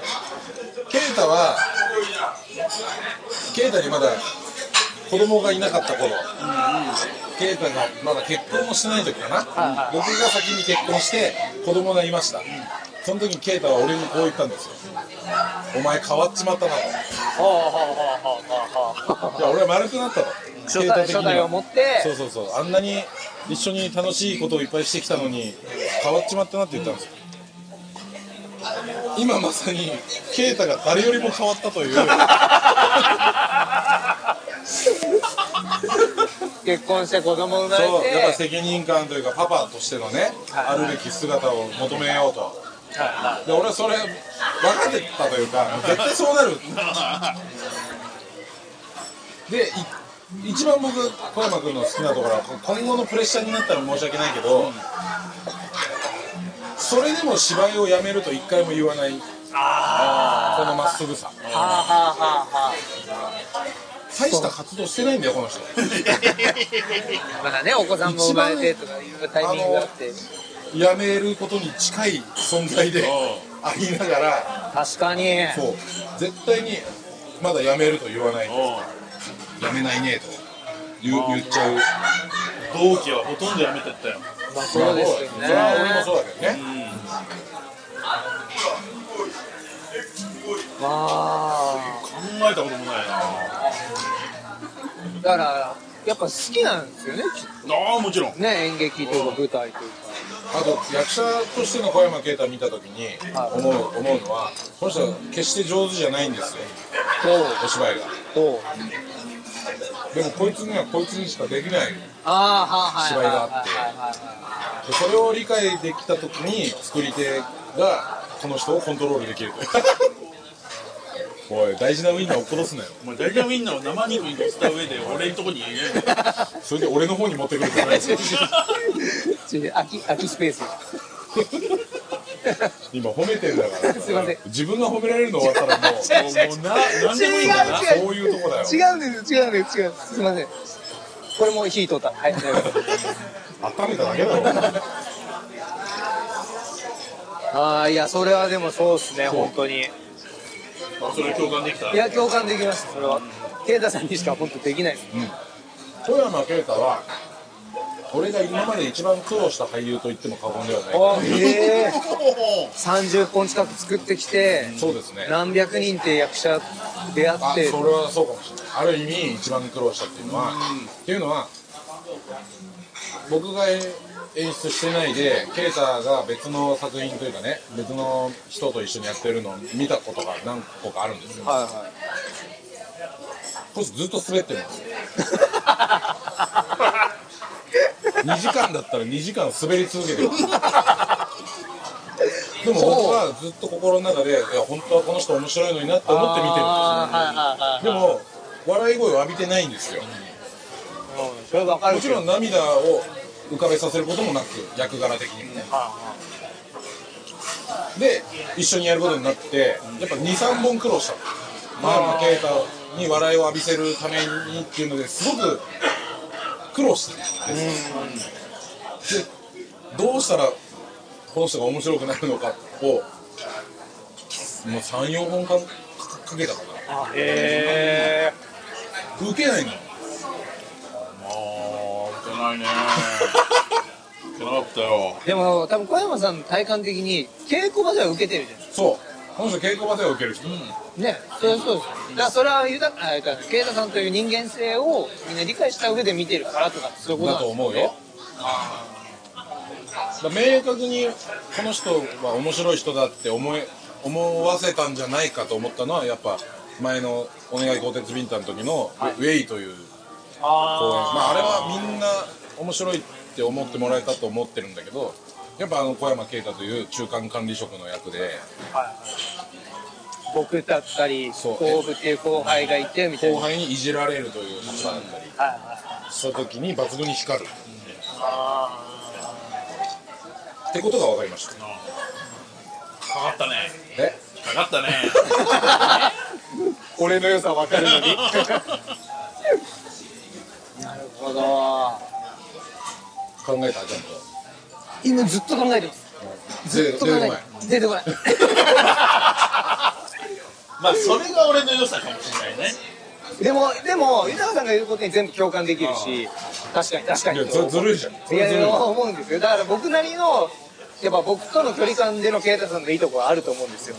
[SPEAKER 1] ケイタはケイタにまだ子供がいなかった頃、ケイタがまだ結婚をしてない時かな、
[SPEAKER 2] はい
[SPEAKER 1] 僕が先に結婚して子供がいました、その時にケイタは俺にこう言ったんですよお前変わっちまったなと
[SPEAKER 2] ほうほうほうほうほうほう
[SPEAKER 1] いや俺は丸くなったと
[SPEAKER 2] 初代初代を持って
[SPEAKER 1] そうそうそうあんなに一緒に楽しいことをいっぱいしてきたのに変わっちまったなって言ったんですよ、今まさに啓太が誰よりも変わったという
[SPEAKER 2] 結婚して子供生まれ
[SPEAKER 1] そうやっぱ
[SPEAKER 2] て
[SPEAKER 1] 責任感というかパパとしてのね、
[SPEAKER 2] はい
[SPEAKER 1] あるべき姿を求めようと
[SPEAKER 2] は
[SPEAKER 1] で俺はそれ分かってたというか絶対そうなるでい一番僕小山君の好きなところはこ今後のプレッシャーになったら申し訳ないけど、それでも芝居をやめると一回も言わないこのまっすぐさ
[SPEAKER 2] いはいはあはあはあは
[SPEAKER 1] 大した活動してないんだよこの人
[SPEAKER 2] あまだねお子さんも生まれてとかいうタイミングがあって
[SPEAKER 1] やめることに近い存在でありながら
[SPEAKER 2] 確かに
[SPEAKER 1] そう絶対にまだやめると言わない
[SPEAKER 3] おう
[SPEAKER 1] やめないねと言う言っちゃう
[SPEAKER 3] 同期はほとんどやめてったよ
[SPEAKER 2] まあそうですよね
[SPEAKER 1] それは俺もそうだけどね、
[SPEAKER 2] まあ
[SPEAKER 3] 考えたこともないな
[SPEAKER 2] だからやっぱ好きなんですよねきっ
[SPEAKER 3] ああもちろん
[SPEAKER 2] とね演劇というか舞台というか
[SPEAKER 1] あと役者としての小山慶太見た時に
[SPEAKER 2] はい
[SPEAKER 1] 思う思うのはこの人は決して上手じゃないんですよお芝居が
[SPEAKER 2] そう
[SPEAKER 1] でもこいつにはこいつにしかできない
[SPEAKER 2] ああはいはいはいはいはい
[SPEAKER 1] でそれを理解できた時に作り手がこの人をコントロールできるとおい大事なウインナーを殺すなよ
[SPEAKER 3] お前大体みんなを生肉に乗せた上で俺のとこにいるんだよ
[SPEAKER 1] それで俺の方に持ってくるじゃないです
[SPEAKER 2] ちょ空き空きスペース
[SPEAKER 1] 今褒めてんだから
[SPEAKER 2] [LAUGHS] すいません
[SPEAKER 1] 自分が褒められるの終わったらもう
[SPEAKER 2] 違う違う
[SPEAKER 3] もうな何でもいいんだな
[SPEAKER 2] 違う
[SPEAKER 1] そういうとこだよ
[SPEAKER 2] 違うんです違うんです違うんですすいませんこれもう火通ったはい大丈夫
[SPEAKER 1] 温めただけだろ
[SPEAKER 2] ああいやそれはでもそうですね本当にい
[SPEAKER 3] それ共感できた
[SPEAKER 2] や共感できましたそれは啓太さんにしか本当できないです
[SPEAKER 1] 富山啓太は俺が今まで一番苦労した俳優と言っても過言ではない
[SPEAKER 2] あええ
[SPEAKER 3] おう
[SPEAKER 2] 30本近く作ってきて
[SPEAKER 1] そうですね
[SPEAKER 2] 何百人って役者出会
[SPEAKER 1] あ
[SPEAKER 2] っ
[SPEAKER 1] それ
[SPEAKER 2] て
[SPEAKER 1] はそうかもしれないある意味一番苦労したっていうのはっていうのは僕が演出してないで啓太が別の作品というかね別の人と一緒にやってるのを見たことが何個かあるんですよ
[SPEAKER 2] はいは
[SPEAKER 1] こいつずっと滑ってるんですよ2時間だったら2時間滑り続けてるでも僕はずっと心の中でいや本当はこの人面白いのになって思って見てる
[SPEAKER 2] あーはいはいはい
[SPEAKER 1] でも笑い声を浴びてないんですよ
[SPEAKER 2] はいうんそれ分かる
[SPEAKER 1] もち
[SPEAKER 2] け
[SPEAKER 1] ろ
[SPEAKER 2] ど
[SPEAKER 1] ん涙を浮かべさせることもなく役柄的にもねで一緒にやることになってやっぱ23本苦労した前向け太に笑いを浴びせるためにっていうのですごく苦労してるんですでどうしたらこの人が面白くなるのかをもう34本かかかけたか
[SPEAKER 2] へえ
[SPEAKER 1] な受けないの
[SPEAKER 3] 受けないね受けなかったよ
[SPEAKER 2] でも多分小山さんの体感的に稽古場では受けてるじゃ
[SPEAKER 1] そうこの人稽古場では受ける人、
[SPEAKER 2] んねそれはそうですよだからそれは豊かあれか圭太さんという人間性をみんな理解した上で見てるからとかそういうこと
[SPEAKER 1] だ
[SPEAKER 2] な
[SPEAKER 1] と
[SPEAKER 2] んです
[SPEAKER 1] 思うよ。だ明確にこの人は面白い人だって思え思わせたんじゃないかと思ったのはやっぱ前の「お願い鋼鉄ビンタ」の時の「ウェイ」という公演、まあ、あれはみんな面白いって思ってもらえたと思ってるんだけどやっぱあの小山慶太という中間管理職の役で
[SPEAKER 2] 僕だったり
[SPEAKER 1] そう
[SPEAKER 2] 後部っていう後輩がいてみたいな
[SPEAKER 1] 後輩にいじられるという立場だったり
[SPEAKER 2] はいはい
[SPEAKER 1] した時に抜群に光る
[SPEAKER 2] あ
[SPEAKER 1] ってことが分かりました
[SPEAKER 3] かかったね
[SPEAKER 1] え
[SPEAKER 3] かかったね
[SPEAKER 2] ー俺の良さ分かるのになるほど
[SPEAKER 1] 考えたちゃんと
[SPEAKER 2] 今ずっと考えてます
[SPEAKER 1] ず
[SPEAKER 2] ずっと考えてます出てこない
[SPEAKER 3] [LAUGHS] まあそれが俺の良さかもしれないね
[SPEAKER 2] でもでも豊さんが言うことに全部共感できるし確かに確か
[SPEAKER 1] い
[SPEAKER 2] に
[SPEAKER 1] やずずるいじゃん
[SPEAKER 2] いやいや思うんですよだから僕なりのやっぱ僕との距離感での啓太さんのいいところはあると思うんですよ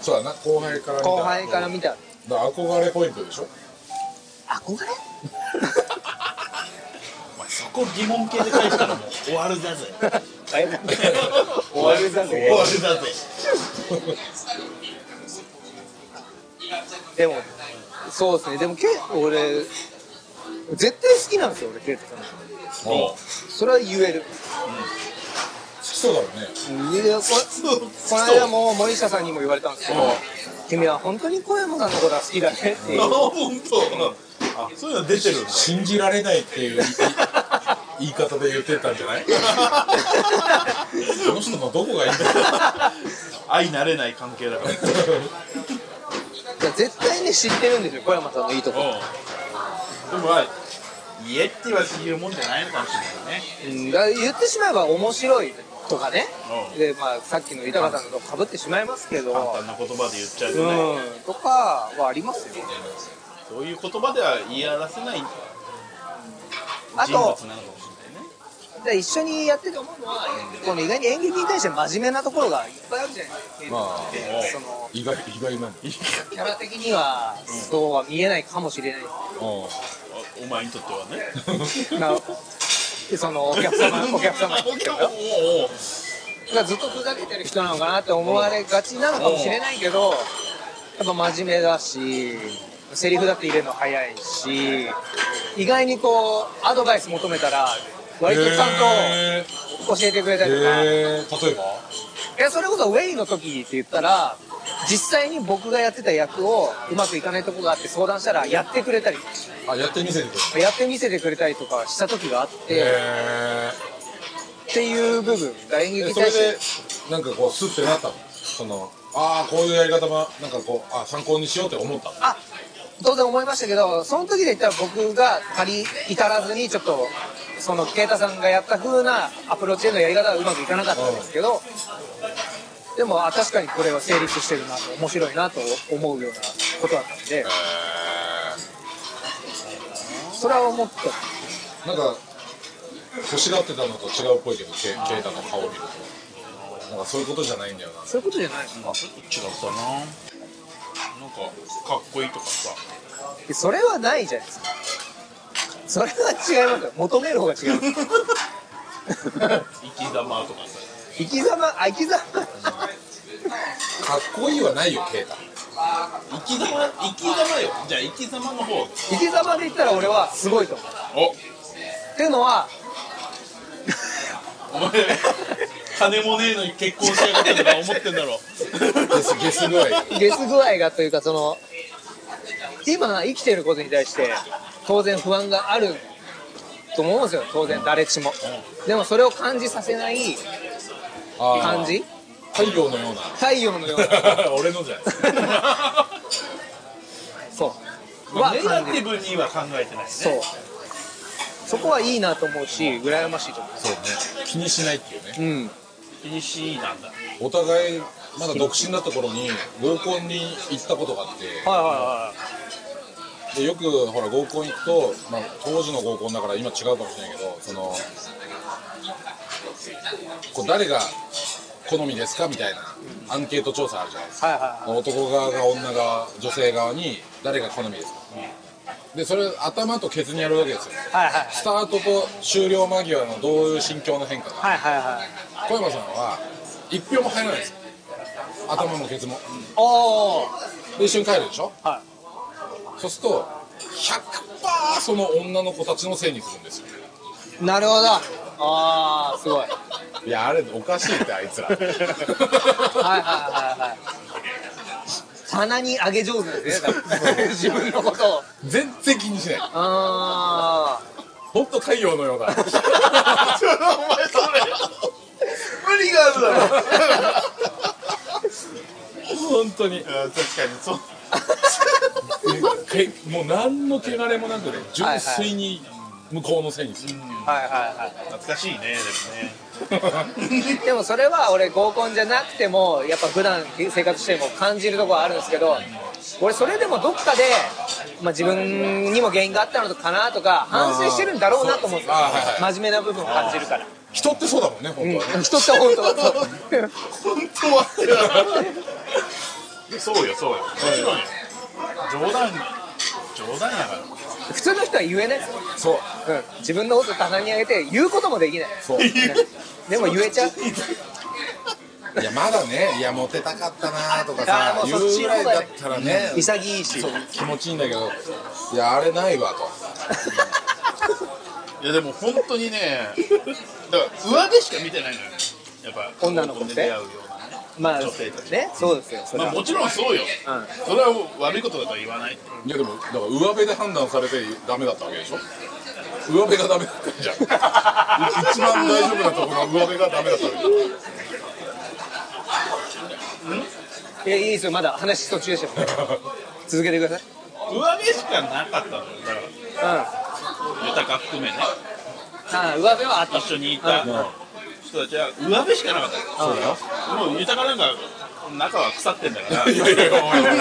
[SPEAKER 1] そうだな後輩から見た
[SPEAKER 2] 後輩から見たら
[SPEAKER 1] だから憧れポイントでしょ
[SPEAKER 2] 憧れ
[SPEAKER 3] お前そこ疑問形で返したらもう終わるだぜ
[SPEAKER 2] 終わるだぜ
[SPEAKER 3] 終わるだぜ
[SPEAKER 2] でもそうですねでもけ俺絶対好きなんですよ俺ケイトさんのこと
[SPEAKER 1] 好
[SPEAKER 2] それは言える
[SPEAKER 1] きそうだろうね
[SPEAKER 2] いやここの間も森下さんにも言われたんですけど君は本当に小山さんのことは好きだねっていう
[SPEAKER 3] あ本当あそういうの出てるんだ
[SPEAKER 1] 信じられないっていうい [LAUGHS] 言い方で言ってたんじゃない [LAUGHS] この人のどこがいいんだ [LAUGHS]
[SPEAKER 3] 愛慣れない関係だから
[SPEAKER 2] いや絶対ね知ってるんですよ小山さんのいいとこ
[SPEAKER 3] でもまあ家って言われて言うもんじゃないのかもしれないね
[SPEAKER 2] うんだから言ってしまえば面白いとかね
[SPEAKER 3] うん
[SPEAKER 2] でまあさっきの豊さんのとかぶってしまいますけど
[SPEAKER 3] 簡単な言葉で言っちゃうとね、
[SPEAKER 2] うんとかはありますよ
[SPEAKER 3] そういう言葉では言い表せない人物なのか
[SPEAKER 2] あと
[SPEAKER 3] もしれないね
[SPEAKER 2] で一緒にやってて思うのはこの意外に演劇に対して真面目なところがいっぱいあるじゃないですか、
[SPEAKER 1] まあ
[SPEAKER 2] でその
[SPEAKER 1] 意外意外なんだ
[SPEAKER 2] キャラ的にはそうは見えないかもしれない
[SPEAKER 3] おお前にとってはね
[SPEAKER 2] なでそのお客様お客様
[SPEAKER 3] [LAUGHS] お客様おうおう
[SPEAKER 2] がずっとふざけてる人なのかなって思われがちなのかもしれないけどやっぱ真面目だしセリフだって入れるの早いし意外にこうアドバイス求めたら割とちゃん
[SPEAKER 1] へ
[SPEAKER 2] と教えてくれた
[SPEAKER 1] ー
[SPEAKER 2] りと
[SPEAKER 1] へー
[SPEAKER 2] か。
[SPEAKER 1] 例えば
[SPEAKER 2] いや、それこそウェイの時って言ったら、実際に僕がやってた役をうまくいかないとこがあって相談したらやってくれたり、
[SPEAKER 1] あやってみせてくれ
[SPEAKER 2] やってみせてくれたりとかした時があって、
[SPEAKER 1] へ
[SPEAKER 2] っていう部分が演
[SPEAKER 1] ーえ
[SPEAKER 2] 劇に
[SPEAKER 1] それ
[SPEAKER 2] 対
[SPEAKER 1] で
[SPEAKER 2] して。
[SPEAKER 1] なんかこうスッてなったのそのああこういうやり方もなんかこうあ参考にしようって思ったの
[SPEAKER 2] あ、当然思いましたけど、その時で言ったら僕が足り、至らずにちょっと、その啓太さんがやった風なアプローチへのやり方はうまくいかなかったんですけど、でも、あ、確かにこれは成立してるなと、面白いなと思うようなことだったんで、それは思った。
[SPEAKER 1] なんか欲しがってたのと違うっぽいけどケイケイタの顔を見るとなんかそういうことじゃないんだよな
[SPEAKER 2] そういうことじゃないですか
[SPEAKER 3] あちょっと違ったななんかかっこいいとかさ
[SPEAKER 2] それはないじゃないですかそれは違いますよ求める方が違います
[SPEAKER 3] 生き様とかさ
[SPEAKER 2] 生き様あ生き様
[SPEAKER 1] かっこいいはないよケイタ
[SPEAKER 3] 生き様生き様よじゃあ生き様の方
[SPEAKER 2] 生き様で言ったら俺はすごいと思う
[SPEAKER 3] お
[SPEAKER 2] っていうのは
[SPEAKER 3] お前金もねえのに結婚しやがったとか思ってんだろ
[SPEAKER 1] ゲスゲス具合
[SPEAKER 2] ゲス具合がというかその今生きてることに対して当然不安があると思うんですよ当然誰しもでもそれを感じさせない
[SPEAKER 1] あー
[SPEAKER 2] 感じ
[SPEAKER 1] 太陽のような
[SPEAKER 2] 太陽のような
[SPEAKER 3] [LAUGHS] 俺のじゃん
[SPEAKER 2] そう
[SPEAKER 3] まあ
[SPEAKER 2] は
[SPEAKER 3] [LAUGHS] ネガ
[SPEAKER 2] 感じ
[SPEAKER 3] ティブ
[SPEAKER 2] る
[SPEAKER 3] には考えてないね
[SPEAKER 2] そうそこはいいなと思うし羨ましいと思
[SPEAKER 1] そうね気にしないっていうね
[SPEAKER 2] ううん
[SPEAKER 3] 気にしいなんだ
[SPEAKER 1] お互いまだ独身だった頃に合コンに行ったことがあって
[SPEAKER 2] はいは
[SPEAKER 1] でよくほら合コン行くと、まあ、当時の合コンだから今違うかもしれないけどそのこう誰が好みですかみたいなアンケート調査あるじゃないですか
[SPEAKER 2] いはいはいはい
[SPEAKER 1] 男側が女側女性側に誰が好みですかでそれ頭とケツにやるわけですよ
[SPEAKER 2] はいはい
[SPEAKER 1] スタートと終了間際のどういう心境の変化が
[SPEAKER 2] はいはいはい
[SPEAKER 1] 小山さんは一票も入らないですよ頭もケツも
[SPEAKER 2] おー
[SPEAKER 1] で一緒に帰るでしょ
[SPEAKER 2] は
[SPEAKER 1] そうすると100%その女の子たちのせいにするんですよ
[SPEAKER 2] いなるほどああすごいはい
[SPEAKER 1] いやあれおかしいってあいつらはい
[SPEAKER 2] はいはいはい鼻に上げ上手ですねだから自分のことを
[SPEAKER 1] [LAUGHS] 全然気にしない
[SPEAKER 2] ああ
[SPEAKER 1] 本当太陽のようだ
[SPEAKER 3] それお前それ無理がある
[SPEAKER 1] 本当に
[SPEAKER 3] だろ確かにそう
[SPEAKER 1] けもう何の汚れもなくね純粋に向こうのせいにする、
[SPEAKER 2] はいはいはい
[SPEAKER 3] 懐かしいねでもね
[SPEAKER 2] でもそれは俺合コンじゃなくてもやっぱ普段生活しても感じるとこはあるんですけど俺それでもどっかで、まあ、自分にも原因があったのかなとか反省してるんだろうなと思うんですよ
[SPEAKER 1] あーそうあーはいは
[SPEAKER 2] 真面目な部分を感じるから、
[SPEAKER 1] 人ってそうだもんね本当はね、
[SPEAKER 2] うん、人って本当はそ
[SPEAKER 3] 本
[SPEAKER 2] う
[SPEAKER 3] 当はそうよそうよもちろんよ冗談冗談やから
[SPEAKER 2] 普通の人は言えないですよ、
[SPEAKER 1] そう
[SPEAKER 2] うん、自分のこと棚に上げて言うこともできない
[SPEAKER 1] そう
[SPEAKER 2] でも言えちゃう
[SPEAKER 1] いやまだねいやモテたかったなとか
[SPEAKER 2] あーも
[SPEAKER 1] さ言
[SPEAKER 2] うそっ
[SPEAKER 1] う
[SPEAKER 2] ち
[SPEAKER 1] ぐら
[SPEAKER 2] の
[SPEAKER 1] い
[SPEAKER 2] 方
[SPEAKER 1] だ
[SPEAKER 2] がね
[SPEAKER 1] ったらね
[SPEAKER 2] 潔いし
[SPEAKER 1] そう気持ちいいんだけどいやあれないわと
[SPEAKER 3] いやでも本当にねだから上でしか見てないのよやっぱ
[SPEAKER 2] 女の子って
[SPEAKER 3] 出会うようなね
[SPEAKER 2] まあ
[SPEAKER 3] 女性たち
[SPEAKER 2] ねそうですよそれ
[SPEAKER 3] まあ
[SPEAKER 2] は、
[SPEAKER 3] もちろんそうよそれは悪いことだとは言わない
[SPEAKER 1] いやでもだから上辺で判断されてダメだったわけでしょ上辺がダメだったじゃん一番大丈夫なところが上辺がダメだったわけじゃん
[SPEAKER 2] うん、いやいいですよまだ話途中でしたよ続けてください
[SPEAKER 3] 上辺しかなかったのよだか
[SPEAKER 2] うんあ
[SPEAKER 3] ら豊か含めね
[SPEAKER 2] あ上辺はあった
[SPEAKER 3] 一緒にいた人たちは上辺しかなかった
[SPEAKER 1] そうだよ
[SPEAKER 3] のもう豊かなんか中は腐ってんだ [LAUGHS] から
[SPEAKER 1] いやいやいやおいおい待て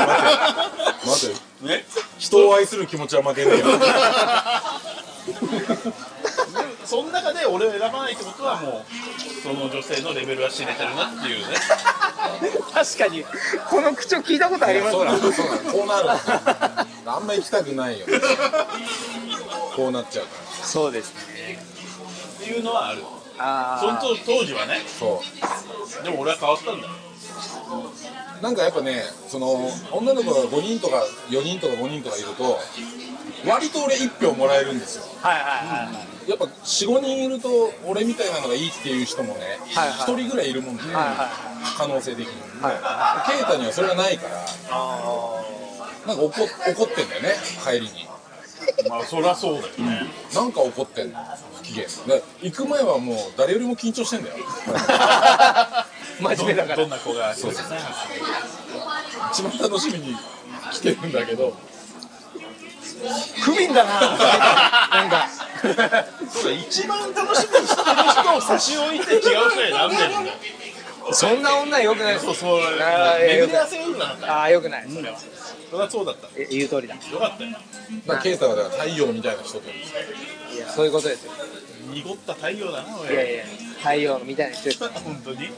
[SPEAKER 1] 待てよ
[SPEAKER 3] [LAUGHS] ね
[SPEAKER 1] 人を愛する気持ちは負けないよ
[SPEAKER 3] その中で俺を選ばないってことはもうその女性のレベルは知れてるなっていうね
[SPEAKER 2] 確かにこの口調聞いたことあります
[SPEAKER 1] そうなんだそうなんだこうなるのあんま行きたくないよこうなっちゃうから
[SPEAKER 2] そうですね
[SPEAKER 3] っていうのはあるその
[SPEAKER 2] あ
[SPEAKER 3] 当当時はね
[SPEAKER 1] そう
[SPEAKER 3] でも俺は変わったんだよ
[SPEAKER 1] なんかやっぱねその女の子が5人とか4人とか5人とかいると割と俺1票もらえるんですよ
[SPEAKER 2] あはいはいはい
[SPEAKER 1] やっぱ45人いると俺みたいなのがいいっていう人もね、
[SPEAKER 2] はいはい
[SPEAKER 1] 1人ぐらいいるもんね、
[SPEAKER 2] はいはい
[SPEAKER 1] 可能性的に
[SPEAKER 2] はいあ
[SPEAKER 1] 啓太にはそれがないからなんか怒怒ってんだよね帰りに
[SPEAKER 3] まあそりゃそうだよね
[SPEAKER 1] なんか怒ってんの不機嫌で行く前はもう誰よりも緊張して
[SPEAKER 2] [LAUGHS]
[SPEAKER 1] んだよ
[SPEAKER 2] 真面目だから
[SPEAKER 3] どんな子がそうですね
[SPEAKER 1] 一番楽しみに来てるんだけ
[SPEAKER 2] [LAUGHS]
[SPEAKER 1] ど
[SPEAKER 2] 不憫だななんか
[SPEAKER 3] そうだ一番楽しみにしてる人を差し置いて違う人に選んでるんだよ
[SPEAKER 2] [LAUGHS] そんな女よくないです
[SPEAKER 3] そうそう
[SPEAKER 2] あーい
[SPEAKER 3] 巡
[SPEAKER 2] や
[SPEAKER 3] り合わせが良くなかった
[SPEAKER 2] ああよくない
[SPEAKER 3] それはそれはそうだった
[SPEAKER 2] え言う通りだ
[SPEAKER 3] よかったよ
[SPEAKER 1] だから啓太はだから太陽みたいな人って言うんですよ
[SPEAKER 2] いやそういうことですよ
[SPEAKER 3] 濁った太陽だない
[SPEAKER 2] やい
[SPEAKER 3] 俺
[SPEAKER 2] や太陽みたいな人です
[SPEAKER 3] [LAUGHS] 本当に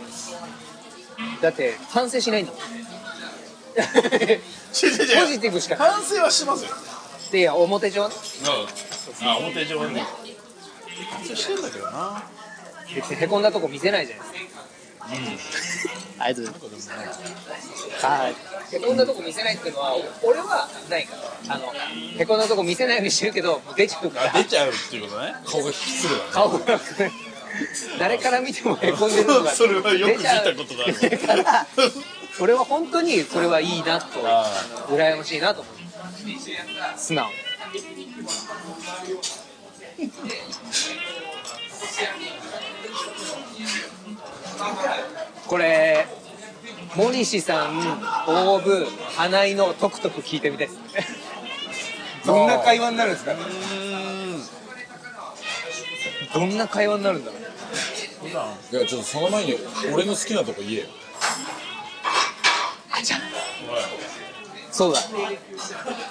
[SPEAKER 2] だって反省しないんだ [LAUGHS] もん
[SPEAKER 3] 違う違
[SPEAKER 2] ポジティブしかない
[SPEAKER 3] 反省はしますよ
[SPEAKER 2] でいや表上ね
[SPEAKER 3] うんあ表情はね反省してんだけどな
[SPEAKER 2] 別にへこんだとこ見せないじゃないです
[SPEAKER 4] ありがとうございます。はい。
[SPEAKER 2] へこんだとこ見せないっていうのは俺はないからあのへこんだとこ見せないようにしてるけど出ちゃうか
[SPEAKER 3] あ
[SPEAKER 2] ら
[SPEAKER 3] 出ちゃうっていうことね
[SPEAKER 1] 顔が引きするわね
[SPEAKER 2] 顔が誰から見てもへこんでるの
[SPEAKER 3] [LAUGHS]
[SPEAKER 2] が
[SPEAKER 3] それはよく見たことがある
[SPEAKER 2] 出ちゃうだから俺は本当にそれはいいなと
[SPEAKER 3] あ
[SPEAKER 2] 羨ましいなと思う素直これモニシさんオーブ花井のトクトク聞いてみたいですねどんな会話になるんですかねどんな会話になるんだろう
[SPEAKER 1] いやちょっとその前に俺の好きなとこ言えよ
[SPEAKER 2] そうだ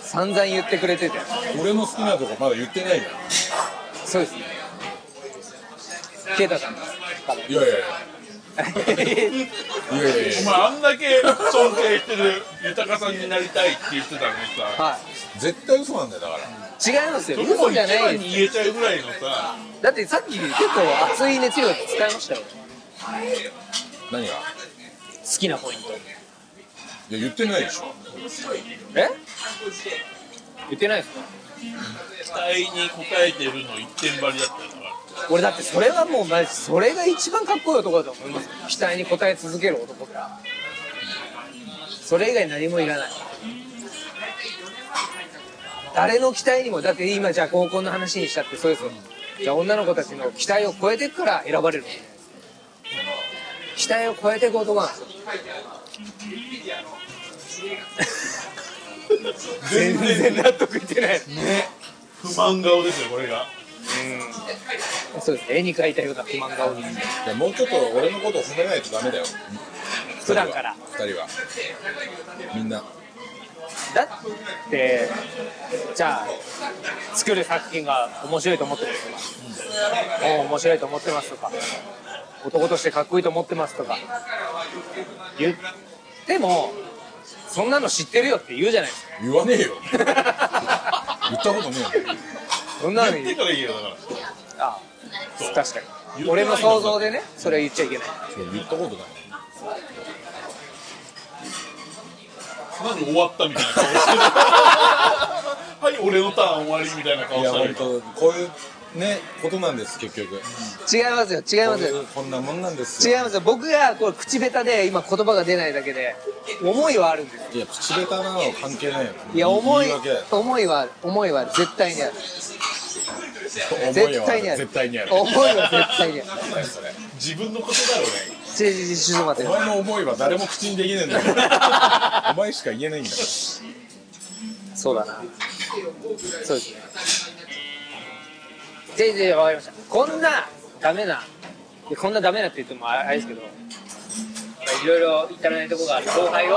[SPEAKER 2] 散々言ってくれてて
[SPEAKER 1] 俺の好きなとこまだ言ってないか
[SPEAKER 2] そうですね啓太さんです
[SPEAKER 1] らいやいやいやいやいやい
[SPEAKER 3] お
[SPEAKER 1] や
[SPEAKER 3] 前あんだけ尊敬してる豊さんになりたいって言ってたのにさ
[SPEAKER 2] は
[SPEAKER 1] 絶対嘘なんだよだから
[SPEAKER 2] い違いますよ
[SPEAKER 3] それも
[SPEAKER 2] 嘘
[SPEAKER 3] 一
[SPEAKER 2] じゃな
[SPEAKER 3] 番
[SPEAKER 2] い
[SPEAKER 3] に言えちゃうぐらいのさ
[SPEAKER 2] だってさっき結構熱い熱量使いましたよ
[SPEAKER 1] 何が
[SPEAKER 2] 好きなポイント
[SPEAKER 1] いや言ってないでしょ
[SPEAKER 2] え言ってないですか
[SPEAKER 3] 期待に応えてるの一点張りだったよだから
[SPEAKER 2] 俺だってそれはもうマジそれが一番かっこいい男だと思いますよ期待に応え続ける男ってそれ以外何もいらない誰の期待にもだって今じゃあ合コンの話にしたってそうですよじゃあ女の子たちの期待を超えてくから選ばれるの期待を超えていく男なんですよ全然納得いってない
[SPEAKER 3] 不満顔ですよこれが
[SPEAKER 2] そうです絵に描いたような不満顔に
[SPEAKER 1] いやもうちょっと俺のことを褒めないとダメだよ
[SPEAKER 2] 普段から
[SPEAKER 1] 二人はみんな
[SPEAKER 2] だってじゃあ作る作品が面白いと思ってますとか、もう面白いと思ってますとか男としてかっこいいと思ってますとか言ってもそんなの知ってるよって言うじゃないです
[SPEAKER 1] [LAUGHS]
[SPEAKER 2] か
[SPEAKER 1] 言わねえよ言ったことねえよ
[SPEAKER 2] そんなの
[SPEAKER 3] 言って
[SPEAKER 2] に
[SPEAKER 3] からいいよだから
[SPEAKER 2] あ
[SPEAKER 3] そう
[SPEAKER 2] 確か
[SPEAKER 3] 言ってない
[SPEAKER 2] に
[SPEAKER 3] の
[SPEAKER 2] 俺の想像でねそれは言っちゃいけない
[SPEAKER 1] そう言ったことない
[SPEAKER 3] 何終わったみたいな顔してるはい俺のターン終わりみたいな顔
[SPEAKER 1] いや
[SPEAKER 3] して
[SPEAKER 1] 本
[SPEAKER 3] る
[SPEAKER 1] 当こういうねことなんです結局
[SPEAKER 2] 違いますよ違
[SPEAKER 1] こ
[SPEAKER 2] いま
[SPEAKER 1] う
[SPEAKER 2] すよ
[SPEAKER 1] いうこんなもんなんです
[SPEAKER 2] 違い
[SPEAKER 1] よ
[SPEAKER 2] ますよ僕がこれ口下手で今言葉が出ないだけで思いはあるんですよ
[SPEAKER 1] いや口下手なのは関係ないよ
[SPEAKER 2] いや思い
[SPEAKER 1] 言訳だよ
[SPEAKER 2] 思いはある思いはある絶対にある絶対にある
[SPEAKER 1] 絶対にある
[SPEAKER 2] 思いは絶対にある
[SPEAKER 1] 何だよそれ
[SPEAKER 3] 自分のことだろうね
[SPEAKER 2] ちょちょちょちょっと待
[SPEAKER 1] お [LAUGHS]
[SPEAKER 2] って
[SPEAKER 1] 前の思いは誰も口にできねえんだよ [LAUGHS] お前しか言えないんだから
[SPEAKER 2] そうだなそうですねじゃあじゃあわかりましたこんなダメないやこんなダメなって言ってもああれですけどいろいろ至らないとこがある後輩を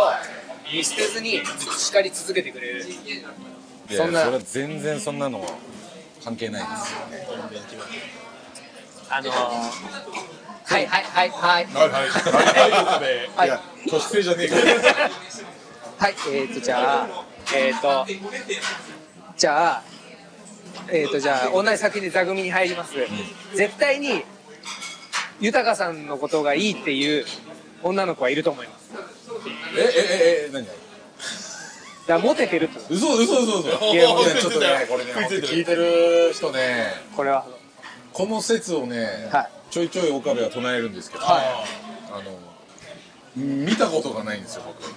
[SPEAKER 2] 見捨てずに叱り続けてくれる
[SPEAKER 1] いや
[SPEAKER 2] そんな
[SPEAKER 1] それは全然そんなの関係ないですよ
[SPEAKER 2] あのー、はいはいはいはい
[SPEAKER 3] はいはいはいはい岡部
[SPEAKER 2] はい
[SPEAKER 1] いや突生じゃねえか
[SPEAKER 2] はい、えー、と、じゃあ、えー、と、じゃあ、えー、と、じゃあ、同じ先で座組に入ります。絶対に、豊さんのことがいいっていう女の子はいると思います。
[SPEAKER 1] ええええ何
[SPEAKER 2] だからモテてるってこと
[SPEAKER 1] 嘘嘘嘘嘘
[SPEAKER 3] い
[SPEAKER 1] い [LAUGHS]
[SPEAKER 3] や
[SPEAKER 1] や
[SPEAKER 3] もうね
[SPEAKER 1] ちょっとねこれね
[SPEAKER 3] 食いついてる
[SPEAKER 1] 聞いてる人ね
[SPEAKER 2] これは。
[SPEAKER 1] この説をね、
[SPEAKER 2] はい
[SPEAKER 1] ちょいちょい岡部は唱えるんですけど、
[SPEAKER 2] は
[SPEAKER 1] あの見たことがないんですよ僕
[SPEAKER 2] い。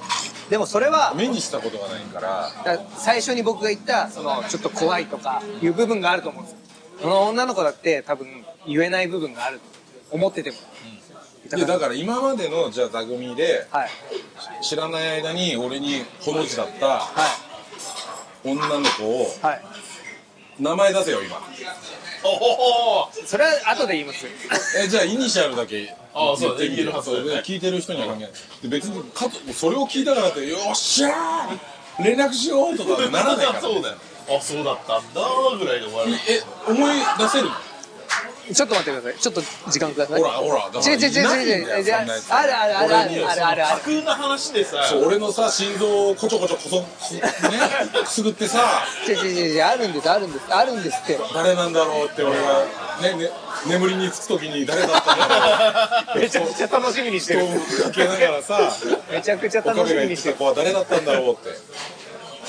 [SPEAKER 2] でもそれは、
[SPEAKER 1] 目にしたことがないから
[SPEAKER 2] だから最初に僕が言った、その、ちょっと怖いとかいう部分があると思うんですよ。その女の子だって多分言えない部分がある。思ってても。
[SPEAKER 1] でだから今までのじゃあ座組で
[SPEAKER 2] はい。
[SPEAKER 1] 知らない間に俺にこの字だった
[SPEAKER 2] はい。
[SPEAKER 1] 女の子を
[SPEAKER 2] はい。
[SPEAKER 1] 名前出せよ今
[SPEAKER 3] おおお
[SPEAKER 2] それは後で言います。
[SPEAKER 1] えじゃあイニシャルだけ
[SPEAKER 3] あそうだね
[SPEAKER 1] 言ってみ
[SPEAKER 3] 言えるはずだよね
[SPEAKER 1] そう聞いてる人には関係ないで別にかとそれを聞いたからって「よっしゃー連絡しよう」とかは
[SPEAKER 3] [LAUGHS]
[SPEAKER 1] な [LAUGHS] らないから
[SPEAKER 3] そうだよあそうだったんだぐらいで終わる
[SPEAKER 1] え思い出せる
[SPEAKER 2] ちょっと待ってくださいちょっと時間ください
[SPEAKER 1] ほらほらだ
[SPEAKER 2] 違う違う違う違う違う違うあるあるあるあるあるあるあ
[SPEAKER 3] 架
[SPEAKER 2] る
[SPEAKER 3] 空の話でさ
[SPEAKER 1] そう俺のさ心臓をこちょこちょこそこねくすぐってさ
[SPEAKER 2] 違う違う違う違うあるんですあるんですあるんですって
[SPEAKER 1] 誰なんだろうって俺がねね眠りにつく時に誰だったんだろう
[SPEAKER 2] [LAUGHS] めちゃくちゃ楽しみにして
[SPEAKER 1] 人
[SPEAKER 2] る
[SPEAKER 1] をかけながらさ
[SPEAKER 2] めちゃくちゃ
[SPEAKER 1] 岡
[SPEAKER 2] 楽
[SPEAKER 1] 部が
[SPEAKER 2] しみ
[SPEAKER 1] 言
[SPEAKER 2] に
[SPEAKER 1] っ
[SPEAKER 2] して
[SPEAKER 1] た
[SPEAKER 2] てる
[SPEAKER 1] 子は誰だったんだろうって
[SPEAKER 3] で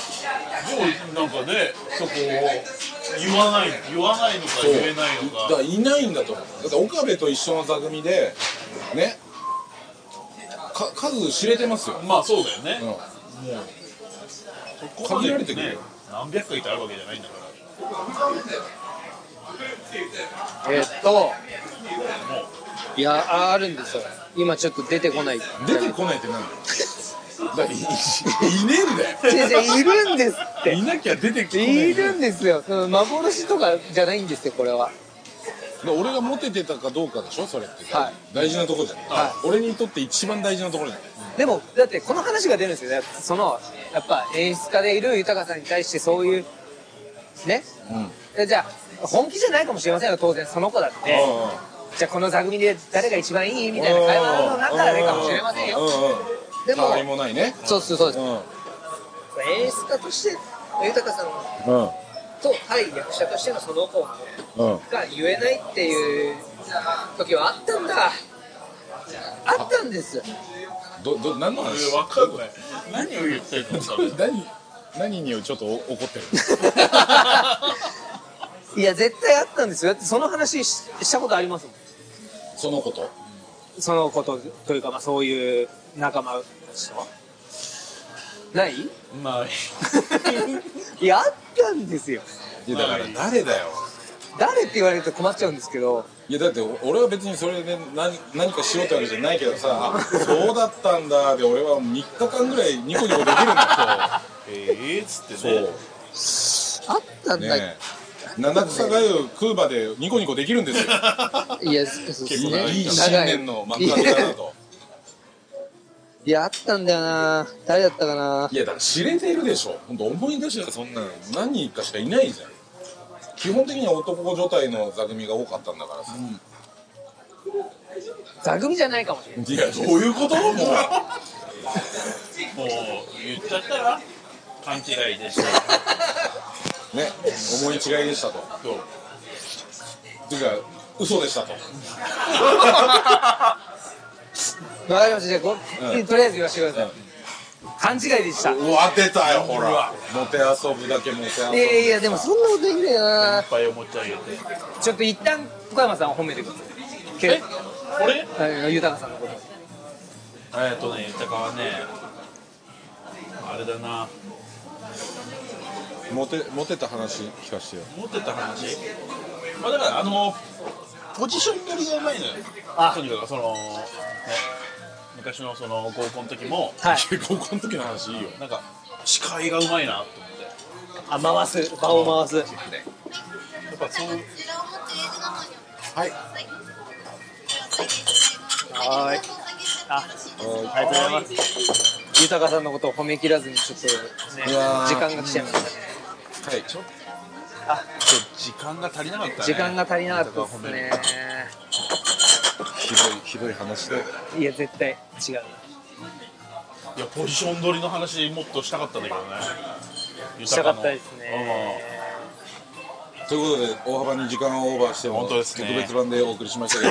[SPEAKER 3] もなんかねそこを言わない言わないのか
[SPEAKER 1] そう
[SPEAKER 3] 言えないの
[SPEAKER 1] だ
[SPEAKER 3] か
[SPEAKER 1] からいないんだと思うだって岡部と一緒の座組でねか数知れてますよ、
[SPEAKER 3] まあそうだよね、
[SPEAKER 1] うん
[SPEAKER 3] そこま
[SPEAKER 1] 限
[SPEAKER 3] で
[SPEAKER 1] られてくる
[SPEAKER 3] ね
[SPEAKER 1] よ
[SPEAKER 3] 何百回ってあるわけじゃないんだから
[SPEAKER 2] えっといやああるんですよ今ちょっと出
[SPEAKER 1] [LAUGHS]
[SPEAKER 2] てこない
[SPEAKER 1] 出てこないってなんだよだからいいねえんだよ
[SPEAKER 2] 違う違ういるんですって
[SPEAKER 1] いなきゃ出てき
[SPEAKER 2] いるんですよその幻とかじゃないんですよこれは
[SPEAKER 1] 俺がモテてたかどうかでしょそれって、
[SPEAKER 2] はい
[SPEAKER 1] 大事なとこじゃん、
[SPEAKER 2] は
[SPEAKER 1] 俺にとって一番大事なところじゃん
[SPEAKER 2] でもだってこの話が出るんですよねそのやっぱ演出家でいる豊さんに対してそういうね、えじゃあ本気じゃないかもしれませんよ当然その子だってじゃあこの座組で誰が一番いいみたいな会話の中でかもしれませんよで
[SPEAKER 1] でも
[SPEAKER 2] も
[SPEAKER 1] もないね
[SPEAKER 2] そうそうそうで
[SPEAKER 1] う
[SPEAKER 2] す
[SPEAKER 1] ん
[SPEAKER 2] 演出家として豊さん
[SPEAKER 1] う
[SPEAKER 2] と対役者としてのその子
[SPEAKER 1] んうん
[SPEAKER 2] が言えないっていう時はあったんだあったんです
[SPEAKER 1] どど何の話
[SPEAKER 3] えわかんない何を言ってるのそ
[SPEAKER 1] [LAUGHS]
[SPEAKER 3] れ
[SPEAKER 1] 何何にちょっとお怒ってる
[SPEAKER 2] いや絶対あったんですよだってその話ししたことありますもん
[SPEAKER 1] そのこと
[SPEAKER 2] そのことというか、まあ、そういう仲間たちとない
[SPEAKER 3] まあ
[SPEAKER 2] いやあったんですよ
[SPEAKER 1] いやだから誰だよ
[SPEAKER 2] 誰って言われると困っちゃうんですけど
[SPEAKER 1] いやだって俺は別にそれで何何かしようってわけじゃないけどさあそうだったんだで俺は3日間ぐらいニコニコできるんだ
[SPEAKER 3] ええっつって
[SPEAKER 1] けど
[SPEAKER 3] ね
[SPEAKER 1] [LAUGHS] そう
[SPEAKER 2] あったんだ、
[SPEAKER 1] ねえ七草がゆクーバでニコニコできるんです [LAUGHS] よ
[SPEAKER 2] いやそうです
[SPEAKER 1] 結構
[SPEAKER 2] ね
[SPEAKER 1] いい新年の幕開けだなと
[SPEAKER 2] いやあったんだよな誰だったかない
[SPEAKER 1] やだから知れ [LAUGHS] ているでしょ本当思い出したらそんなの何人かしかいないじゃん基本的には男女体の座組が多かったんだからさ、
[SPEAKER 2] 座組じゃないかもしれない
[SPEAKER 1] いやどういう [LAUGHS] ことも
[SPEAKER 3] も
[SPEAKER 1] う
[SPEAKER 3] う言っちゃったら勘違いでした
[SPEAKER 1] ね思い違いでしたと
[SPEAKER 3] そう
[SPEAKER 1] ていうか嘘でしたと
[SPEAKER 2] わかりましたじゃあこ、
[SPEAKER 1] うん
[SPEAKER 2] とりあえず言わせてください、
[SPEAKER 1] うん
[SPEAKER 2] 勘違いでしたいう
[SPEAKER 1] わ出たよほらモテ遊ぶだけモテ遊ぶ
[SPEAKER 2] やいやでもそんなこといいんだよ
[SPEAKER 3] い
[SPEAKER 2] な
[SPEAKER 3] っぱいおもちゃあげて
[SPEAKER 2] ちょっと一旦小山さんを褒めてくださいけ
[SPEAKER 3] えこれ
[SPEAKER 2] あ豊さんのこと
[SPEAKER 3] えっとね豊川はねあれだな
[SPEAKER 1] モテモテた話聞かせてよ
[SPEAKER 3] 持ってた話まあだからあのポジション取りがうまいのよ
[SPEAKER 2] あ
[SPEAKER 3] とにかくその、ね、昔のその合コンの時も
[SPEAKER 2] はい
[SPEAKER 1] 高校の時の話いいよ
[SPEAKER 3] なんか司会がうまいなと思って
[SPEAKER 2] あ回す場を回す
[SPEAKER 3] やっぱそう
[SPEAKER 1] はい
[SPEAKER 2] はーいあありがとうございます。豊さんのことを褒めきらずにちょっとね、
[SPEAKER 1] いやー
[SPEAKER 2] 時間が来ちゃいましたね。
[SPEAKER 1] はいちょ
[SPEAKER 3] ちょっ
[SPEAKER 1] っ
[SPEAKER 3] と時間が足りなかったね
[SPEAKER 2] 時間が足りなかったですね。
[SPEAKER 1] とひどいひどい話で
[SPEAKER 2] いや絶対違う。
[SPEAKER 3] いやポジション取りの話もっとしたかったんだけどね
[SPEAKER 2] したかったです
[SPEAKER 3] うん
[SPEAKER 2] ね。
[SPEAKER 1] ということで大幅に時間をオーバーしても
[SPEAKER 3] 本当ですね
[SPEAKER 1] 特別版でお送りしましたけ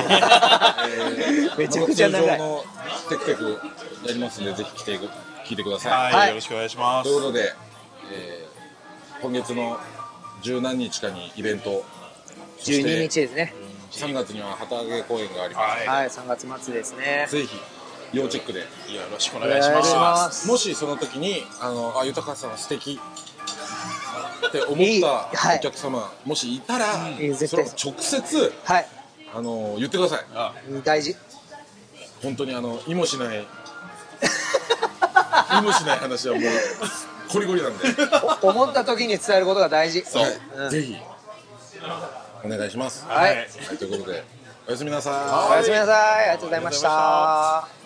[SPEAKER 3] [LAUGHS]
[SPEAKER 1] ど、
[SPEAKER 2] めちゃくちゃ長
[SPEAKER 1] また通常
[SPEAKER 2] い
[SPEAKER 1] のテクテクやりますんでぜひ来てく聞いてください、
[SPEAKER 3] はい、
[SPEAKER 2] はい
[SPEAKER 3] よろしくお願いしま
[SPEAKER 1] と
[SPEAKER 3] す
[SPEAKER 1] いうことで、えー今月の十何日かにイベントそし
[SPEAKER 2] 12
[SPEAKER 1] て
[SPEAKER 2] 日ですね。
[SPEAKER 1] 3月には旗揚げ公演があります、
[SPEAKER 3] はい、
[SPEAKER 2] はい、3月末ですね。
[SPEAKER 1] ぜひ要チェックで
[SPEAKER 3] よろしくお願いします
[SPEAKER 2] お願いします
[SPEAKER 1] もしその時に「あのあ豊さんは素敵って思
[SPEAKER 2] いい
[SPEAKER 1] っ
[SPEAKER 2] は
[SPEAKER 1] た
[SPEAKER 2] い
[SPEAKER 1] お客様、もしいたら、
[SPEAKER 2] いや絶
[SPEAKER 1] それ
[SPEAKER 2] 対
[SPEAKER 1] を
[SPEAKER 2] そう
[SPEAKER 1] 直接
[SPEAKER 2] はい、
[SPEAKER 1] あの言ってください
[SPEAKER 3] あ
[SPEAKER 2] 大事。
[SPEAKER 1] 本当にあの意もしない
[SPEAKER 2] [LAUGHS]
[SPEAKER 1] 意もしない話はもうコリコリなんで、
[SPEAKER 2] 思った時に伝えることが大事。
[SPEAKER 1] はい
[SPEAKER 2] うん
[SPEAKER 1] ぜひお願いします、は
[SPEAKER 2] はい
[SPEAKER 3] はい
[SPEAKER 1] い、ということでおやすみなさい
[SPEAKER 2] おやすみなさい。ありがとうございました。